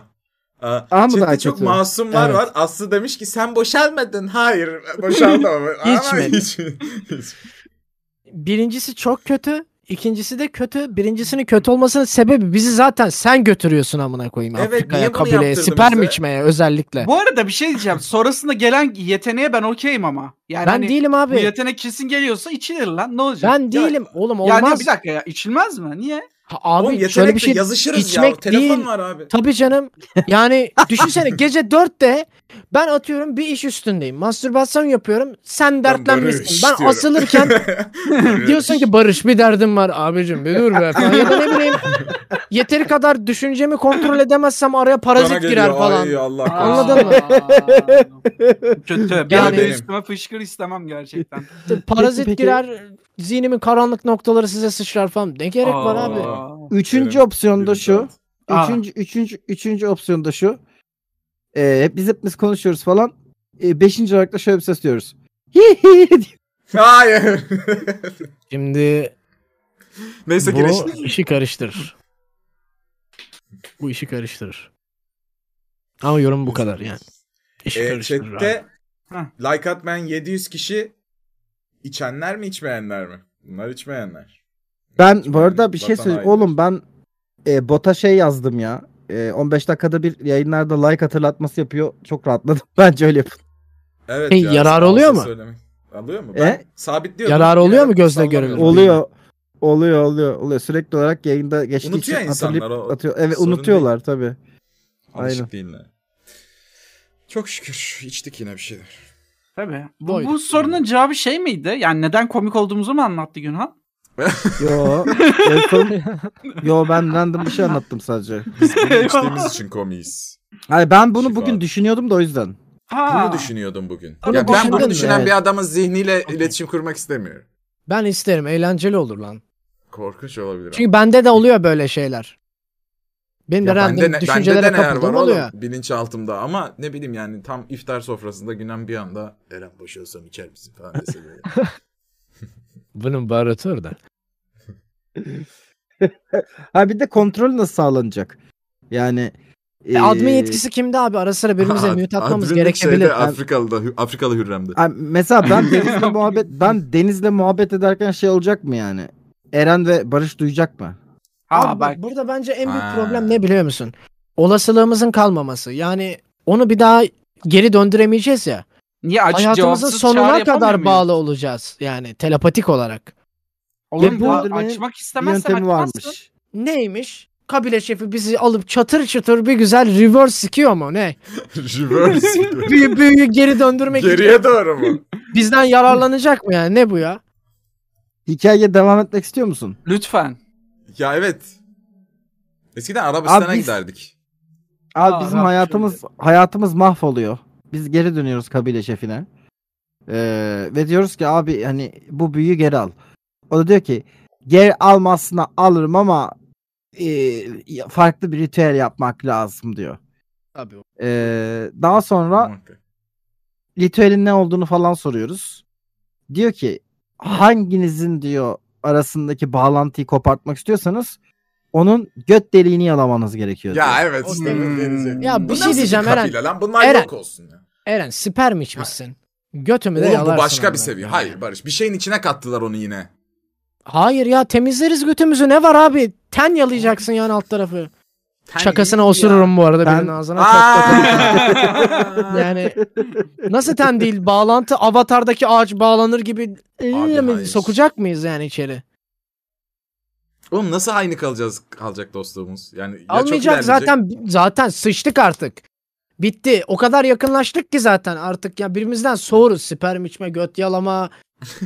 S2: aa.
S5: A mı
S2: Chatte
S5: daha
S2: çok
S5: kötü?
S2: masumlar
S3: Evet.
S2: var. Aslı demiş ki sen boşalmadın. Hayır boşaldım ama. ama
S3: İçmedi.
S2: hiç- hiç-
S3: Birincisi çok kötü. İkincisi de kötü. Birincisinin kötü olmasının sebebi bizi zaten sen götürüyorsun amına koyayım.
S2: Evet, niye
S3: Afrika'ya,
S2: bunu
S3: kabileye,
S2: yaptırdın
S3: sperm
S2: bize?
S3: içmeye özellikle.
S4: Bu arada bir şey diyeceğim. Sonrasında gelen yeteneğe ben okeyim ama. Yani
S3: ben
S4: hani
S3: değilim
S4: bu
S3: abi.
S4: yetenek kesin geliyorsa içilir lan. Ne olacak?
S3: Ben değilim. Oğlum
S4: Ya,
S3: olmaz.
S4: yani bir dakika ya içilmez mi? Niye?
S3: Ha,
S2: Oğlum
S3: abi şöyle
S2: yetenekle
S3: bir şey
S2: yazışırız ya.
S3: içmek
S2: Telefon
S3: değil.
S2: var abi.
S3: Tabii canım. Yani düşünsene gece 4'te ben atıyorum bir iş üstündeyim. Mastürbasyon yapıyorum. Sen dertlenmişsin.
S2: barış
S3: Ben
S2: diyorum.
S3: asılırken diyorsun ki Barış bir derdim var abicim bir dur be falan. Ya da ne bileyim yeteri kadar düşüncemi kontrol edemezsem araya
S2: Bana
S3: parazit girer
S2: geliyor,
S3: falan.
S2: Ay Allah
S3: Anladın
S2: korusun.
S3: mı?
S4: Kötü. Ben
S3: Yani-
S4: de üstüme fışkır istemem gerçekten.
S3: Parazit
S5: Peki, peki.
S3: girer zihnimin karanlık noktaları size sıçrar falan. Ne gerek var
S4: Aa.
S3: abi?
S5: Üçüncü
S2: Evet,
S5: opsiyon da
S2: birinci
S5: şu.
S2: saat.
S4: Aa.
S5: Üçüncü, üçüncü, üçüncü opsiyon da şu. Ee, hep biz hepimiz konuşuyoruz falan. Ee, beşinci olarak da şöyle bir ses diyoruz. Hi hi hi diyor.
S2: Hayır.
S3: Şimdi
S2: Neyse
S3: bu
S2: güneşli.
S3: işi karıştırır. Bu işi karıştırır. Ama yorum bu kadar yani. İşi
S2: E,
S3: karıştırır abi.
S2: chatte
S4: Hah.
S2: like atmayan 700 kişi içenler mi içmeyenler mi? Bunlar içmeyenler.
S5: Ben
S2: Hiç
S5: bu arada
S2: bilmiyorum.
S5: bir şey
S2: Vatan
S5: söyleyeyim.
S2: haini.
S5: Oğlum ben e, bota şey yazdım ya. E, 15 dakikada bir yayınlarda like hatırlatması yapıyor. Çok rahatladım. Bence öyle yapın.
S2: Evet
S3: Hey,
S2: ya,
S3: Şey, yarar
S2: sağ ol,
S3: oluyor
S2: sen
S3: mu?
S2: söylemek. Alıyor mu?
S5: E?
S2: Ben sabitliyordum.
S3: Yarar oluyor
S2: Yine
S3: mu
S2: de
S3: gözle
S2: sallamıyorum.
S3: görülür?
S5: Oluyor. Oluyor oluyor oluyor. Sürekli olarak yayında geçtiği
S2: Unutuyor
S5: için
S2: insanlar
S5: hatırlayıp
S2: o.
S5: atıyor. Evet
S2: Sorun
S5: unutuyorlar tabii.
S2: Alışık
S5: Aynen.
S2: şey. değiller. Çok şükür içtik yine bir şeyler.
S4: Tabii. Bu,
S3: Doyduk.
S4: bu sorunun cevabı şey miydi? Yani neden komik olduğumuzu mu anlattı Günhan?
S5: Yo. en son- Yo ben random bir şey anlattım sadece.
S2: Biz bunu içtiğimiz için komiyiz.
S5: Hayır ben bunu
S2: Şifa.
S5: bugün düşünüyordum da o yüzden.
S4: Ha.
S2: Bunu düşünüyordum bugün.
S4: Bunu
S2: ya ben bunu
S3: düşündün
S2: düşünen
S5: mü?
S2: bir adamın zihniyle iletişim kurmak istemiyorum.
S3: Ben isterim. Eğlenceli olur lan.
S2: Korkunç olabilir.
S3: Çünkü bende de oluyor böyle şeyler. Benim de
S2: Ya
S3: random
S2: bende, ne- bende
S3: düşüncelere
S2: de neler var
S3: kapıldığım oluyor.
S2: oğlum bilinçaltımda ama ne bileyim yani tam iftar sofrasında günden bir anda Eren boş olsam içer misin falan dese böyle.
S3: Bunun baharatı orada.
S5: Ha bir de kontrol nasıl sağlanacak? Yani
S3: E, admin
S5: eee,
S3: yetkisi kimde abi? Ara sıra birbirimize
S2: Ad-
S3: mute atmamız
S2: adminlik
S3: gerekebilir.
S2: Ee, Şeyde, Afrikalı, da, Hü- Afrikalı Hürrem'de.
S5: ha, mesela ben Deniz'le muhabbet ben Deniz'le muhabbet ederken şey olacak mı yani? Eren ve Barış duyacak mı?
S4: Ha
S3: Abi
S4: bak.
S3: bak, burada bence en büyük
S2: Ha.
S3: problem ne biliyor musun? Olasılığımızın kalmaması. Yani onu bir daha geri döndüremeyeceğiz ya.
S4: Niye acı
S3: Hayatımızın
S4: cevapsız çağrı
S3: sonuna
S4: yapamıyor
S3: kadar
S4: muyuz?
S3: bağlı olacağız. Yani telepatik olarak.
S4: Oğlum
S5: Bu
S4: bu
S5: öldürmenin
S4: açmak
S5: Bir
S4: istemezsen
S5: yöntemi
S4: açmazsın.
S5: varmış.
S3: Neymiş? Kabile şefi bizi alıp çatır çatır bir güzel reverse sikiyor mu ne?
S2: Reverse bir de.
S3: Büyü büyüyü geri döndürmek için
S2: Geriye doğru mu?
S3: bizden yararlanacak mı yani ne bu ya?
S5: Hikayeye devam etmek istiyor musun?
S4: Lütfen.
S2: ya evet. Eskiden Arabistan'a
S5: Abi biz-
S2: giderdik.
S5: Abi
S4: Aa,
S5: bizim
S4: rahat
S5: hayatımız hayatımız mahvoluyor. Biz geri dönüyoruz kabile şefine. Ee, ve diyoruz ki abi hani bu büyüyü geri al. O da diyor ki geri almasına alırım ama e, farklı bir ritüel yapmak lazım diyor.
S3: Abi o-
S5: Ee, daha sonra ritüelin ne olduğunu falan soruyoruz. Diyor ki hanginizin diyor arasındaki bağlantıyı kopartmak istiyorsanız onun göt deliğini yalamanız gerekiyor. diyor.
S2: Ya evet işte.
S4: Hmm.
S2: denize.
S3: Ya bir
S2: Bu
S3: şey
S2: nasıl
S3: diyeceğim
S2: bir
S3: Eren.
S2: kabile Lan? Bunlar
S3: Eren.
S2: yok olsun ya.
S3: Eren sperm içmişsin. Götümü de
S2: Oğlum bu
S3: yalarsın
S2: başka
S3: amına
S2: bir seviye.
S3: koyayım.
S2: Hayır Barış bir şeyin içine kattılar onu yine.
S3: Hayır ya temizleriz götümüzü ne var abi? Ten yalayacaksın yani alt tarafı.
S2: Ten
S3: Şakasına
S2: iyi ya.
S3: osururum bu arada
S5: Ben-
S3: birinin ağzına.
S2: Aa!
S3: Çok da- yani nasıl ten değil bağlantı avatardaki ağaç bağlanır gibi
S2: Abi hayır.
S3: mi sokacak mıyız yani içeri?
S2: Oğlum nasıl aynı kalacağız kalacak dostluğumuz? Yani ya çok
S3: Almayacak
S2: ilerleyecek-
S3: zaten zaten sıçtık artık. Bitti. O kadar yakınlaştık ki zaten artık ya birbirimizden soğuruz. Sperm içme, göt yalama,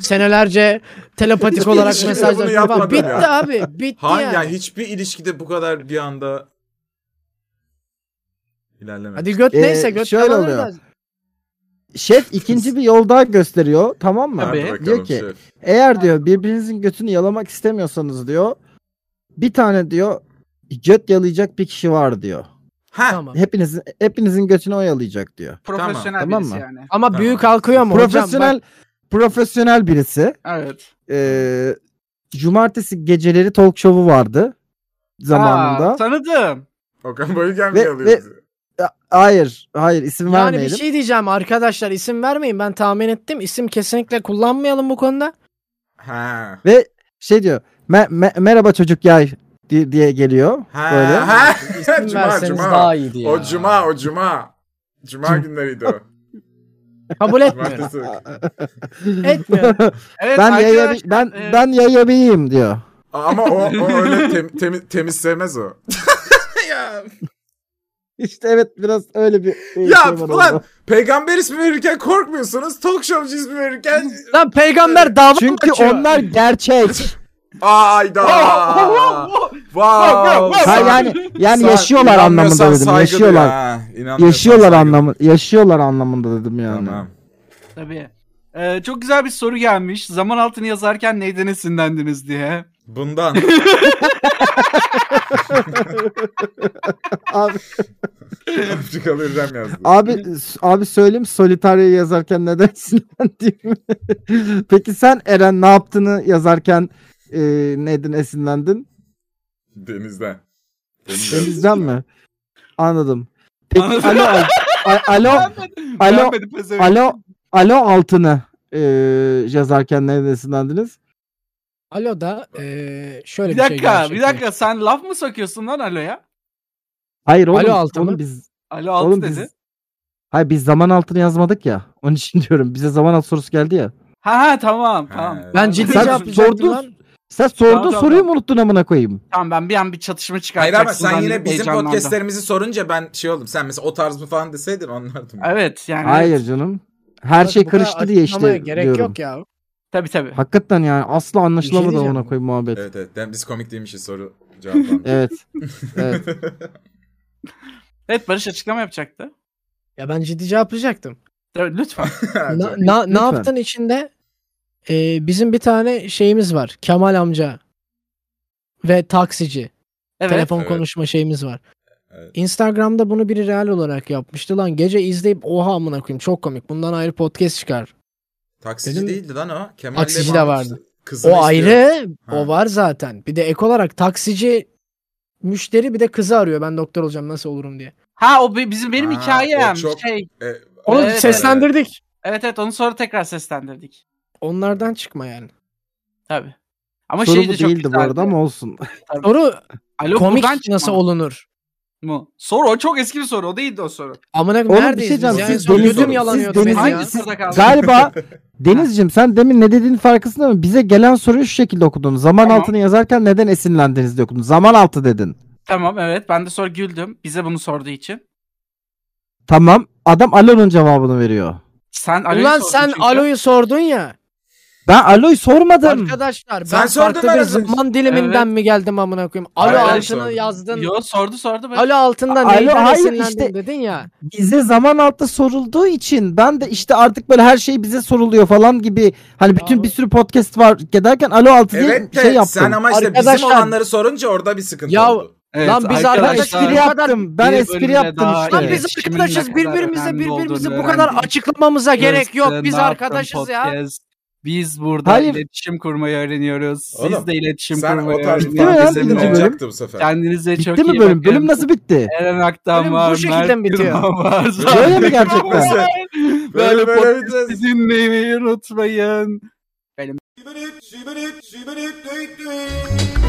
S3: senelerce telepatik olarak
S2: Hiçbir şey bunu
S3: mesajlaşma falan.
S2: yapmadım
S3: Bitti
S2: ya.
S3: abi. Bitti
S2: Hayır
S3: yani.
S2: yani hiçbir ilişkide bu kadar bir anda ilerleme.
S3: Hadi göt
S5: Ee,
S3: neyse göt
S5: şöyle
S3: yalanır
S5: oluyor.
S3: da.
S5: Şef ikinci bir yol daha gösteriyor tamam mı?
S4: Tabii.
S5: Diyor ki eğer diyor birbirinizin götünü yalamak istemiyorsanız diyor bir tane diyor göt yalayacak bir kişi var diyor.
S2: Ha,
S3: Tamam.
S5: Hepinizin hepinizin götünü o yalayacak diyor.
S4: Profesyonel
S5: Tamam,
S4: birisi
S5: tamam
S4: yani.
S3: Ama
S2: Tamam.
S3: büyük kalkıyor mu
S5: profesyonel
S3: hocam?
S5: profesyonel birisi.
S4: Evet.
S5: Ee, cumartesi geceleri talk show'u vardı zamanında.
S4: Aa, tanıdım.
S2: Okan Bayülgen mi
S5: Ve-
S2: alıyor bizi?
S5: hayır, hayır isim
S3: Bak, yani bir
S5: vermeyelim.
S3: şey diyeceğim arkadaşlar isim vermeyin ben tahmin ettim. İsim kesinlikle kullanmayalım bu konuda.
S2: Ha.
S5: Ve şey diyor. "Me- me- merhaba çocuk yay di- diye geliyor.
S2: Ha.
S5: Böyle.
S2: Ha.
S3: İsim
S2: cuma
S3: verseniz
S2: cuma.
S3: daha iyiydi ya.
S2: O cuma o cuma. Cuma günleriydi o.
S3: Kabul etmiyorum.
S2: Cumartesi.
S3: etmiyorum.
S4: Evet
S5: ben yaya
S4: arkadaşlar,
S5: ben
S4: e,
S5: ben yaya beyim diyor.
S2: Ama o, o öyle tem, temi- temiz sevmez o. ya,
S5: İşte evet biraz öyle bir e, şey
S2: ya
S5: var
S2: ulan
S5: orada.
S2: peygamber ismi verirken korkmuyorsunuz. Talk showcu ismi verirken
S3: Lan peygamber dava
S5: Çünkü
S3: açıyor.
S5: onlar gerçek.
S2: Ayda. Wow.
S5: ha
S2: Sa-
S5: yani yani
S2: sa-
S5: yaşıyorlar anlamında
S2: inanmıyorsan
S5: dedim.
S2: saygı duy
S5: Yaşıyorlar.
S2: ha, inanmıyorsan
S5: Yaşıyorlar
S2: saygı duy.
S5: anlamı yaşıyorlar anlamında dedim yani.
S2: Tamam.
S4: Tabii. Ee, çok güzel bir soru gelmiş. Zaman altını yazarken neyden esinlendiniz diye.
S2: Bundan.
S5: Abi
S2: Afrikalı Hürrem yazdı.
S5: abi s- abi söyleyeyim solitaryayı yazarken neden sinirlendiğimi. Peki sen Eren ne yaptığını yazarken e, neyden esinlendin?
S2: Denizden.
S5: Denizden mi? Anladım. Peki
S4: Anladım.
S5: alo al- a- alo alo
S4: Beğenmedi pezevenk.
S5: alo alo altını e, yazarken neyden esinlendiniz?
S3: Alo da eee, şöyle
S4: Bir
S3: bir, şey
S4: dakika, bir
S3: gerçekleşti.
S4: dakika. Sen laf mı sokuyorsun lan Alo'ya?
S5: Hayır oğlum,
S3: Alo altı
S5: oğlum
S3: mı?
S5: biz
S4: Alo altı
S5: oğlum
S4: dedi.
S5: biz Hayır biz zaman altını yazmadık ya. Onun için diyorum bize zaman alt sorusu geldi ya.
S4: Ha ha tamam tamam.
S2: Ha.
S3: Ben ciddi
S5: Sen
S3: cevap
S5: sordun.
S3: sordum lan.
S5: Sen sorduğun
S4: Tamam, tamam,
S5: soruyu
S4: tamam.
S5: mu unuttun amına koyayım?
S4: Tamam ben bir an bir çatışma
S2: Hayır
S4: çıkartacaksın.
S2: ama sen yine
S4: zannedip
S2: bizim
S4: heyecanlandım.
S2: podcastlerimizi sorunca ben şey oldum. Sen mesela o tarz mı falan deseydin anlardım.
S4: Hani Evet yani.
S5: Hayır canım. her şey
S3: Bu kadar
S5: karıştı diye
S3: açıklamaya
S5: işte
S3: gerek
S5: diyorum.
S3: yok ya.
S4: Tabii tabii.
S5: Hakikaten yani asla
S4: şey
S5: anlaşılamadı
S3: diyeceğim.
S5: ona koy muhabbet.
S2: Evet
S5: Evet.
S2: evet. Dem- Biz komik değilmişiz soru cevaplandı.
S5: Evet. evet.
S4: Evet Barış açıklama yapacaktı.
S3: Ya ben ciddi cevaplayacaktım.
S4: Dö- Lütfen.
S3: Na, na, ne
S5: Lütfen.
S3: yaptın içinde? Ee, bizim bir tane şeyimiz var. Kemal amca ve taksici.
S4: Evet.
S3: Telefon
S2: Evet.
S3: konuşma şeyimiz var.
S2: Evet.
S3: Instagram'da bunu biri real olarak yapmıştı lan. Gece izleyip oha amına koyayım çok komik. Bundan ayrı podcast çıkar.
S2: Taksici
S3: Dedim-
S2: değildi lan o. Kemal
S3: Taksici
S2: Leman
S3: de vardı.
S2: kızını
S3: o
S2: istiyor.
S3: ayrı.
S2: Ha.
S3: O var zaten. Bir de ek olarak taksici müşteri bir de kızı arıyor. Ben doktor olacağım nasıl olurum diye.
S4: Ha o bi- bizim benim
S2: Ha,
S4: hikayem.
S2: o çok-
S4: Şey,
S2: E,
S3: Onu
S4: Evet,
S3: seslendirdik.
S4: evet evet onu sonra tekrar seslendirdik.
S3: Onlardan çıkma yani.
S4: Tabii. Ama
S5: Soru
S4: şey
S5: bu
S4: de çok
S5: değildi bu
S4: güzeldi.
S5: arada ama olsun.
S3: Soru
S4: Alo,
S3: komik
S4: buradan
S3: nasıl
S4: çıkma
S3: olunur?
S4: Mu? Soru o çok eski bir soru. O değildi o soru.
S3: Amına
S5: Oğlum bir
S3: koyayım
S5: şey
S3: neredeyiz biz?
S5: diyeceğim,
S3: Yani
S2: siz
S3: son
S2: deniz-
S3: gözüm
S2: siz
S3: yalanıyordu
S5: denizin-
S3: beni ya.
S4: Hangi soruda kaldı?
S5: Galiba Denizciğim sen demin ne dediğinin farkında mı? Bize gelen soruyu şu şekilde okudun. Zaman
S4: Tamam.
S5: altını yazarken neden esinlendiniz diye okudun. Zaman altı dedin.
S4: Tamam evet ben de sonra güldüm. Bize bunu sorduğu için.
S5: Tamam. Adam Alo'nun cevabını veriyor.
S4: Sen Alo'yu
S3: Ulan
S4: sordun
S3: sen
S4: çünkü.
S3: Alo'yu sordun ya.
S5: Ben Alo'yu sormadım.
S3: Arkadaşlar
S2: Sen
S3: ben
S2: sordun
S3: farklı bir
S2: herhalde.
S3: zaman diliminden mi geldim amına koyayım? Alo
S2: Hayır, ben
S3: altını
S2: sordum.
S3: yazdın.
S4: Yo sordu sordu. Ben...
S3: Alo altından
S5: Alo,
S3: neyden
S5: hayır,
S3: esinlendin
S5: işte-
S3: dedin ya.
S5: Bize zaman altı sorulduğu için ben de işte artık böyle her şey bize soruluyor falan gibi. Hani bütün
S3: Bravo.
S5: bir sürü podcast var giderken Alo altı diye
S2: Evet de
S5: şey yaptım.
S2: sen ama işte bizim
S3: Arkadaşlar-
S2: olanları sorunca orada bir sıkıntı
S3: Ya-
S2: oldu.
S4: Evet,
S3: Lan biz
S5: Ben
S3: arkadaşlar-
S5: espri yaptım. Ben
S4: bir
S5: espri
S4: bölümde
S5: yaptım
S4: daha
S5: işte.
S3: Lan biz
S4: iletişimin ne
S3: arkadaşız
S4: kadar
S3: birbirimize
S4: önemli
S3: birbirimizi
S4: olduğunu
S3: bu kadar
S4: öğrendik.
S3: açıklamamıza gerek yok.
S4: Göster,
S3: Biz
S4: ne yaptın
S3: arkadaşız ya.
S4: podcast? Biz burada
S5: Hayır.
S4: iletişim kurmayı öğreniyoruz.
S2: Oğlum,
S4: Siz de iletişim
S2: Sen o
S4: kurmayı
S2: tarz
S5: Bitti
S2: bir
S5: mi lan
S4: öğreniyorsunuz.
S2: fantezimin
S5: birinci bölüm?
S2: olacaktı bu sefer.
S4: Kendinize çok
S5: Bitti
S4: iyi
S5: mi bölüm?
S4: bakın.
S5: Bölüm nasıl bitti?
S4: Eren Aktan
S3: Bölüm bu
S4: var.
S3: şekilde mi
S4: Mert
S3: bitiyor?
S4: Yılmaz var.
S5: Öyle mi gerçekten?
S2: Mesela-
S4: Böyle
S2: Böyle böyle
S4: podcast
S2: biteceğiz.
S4: dinlemeyi unutmayın.
S1: Şibirik, şibirik, şibirik, düy, düy.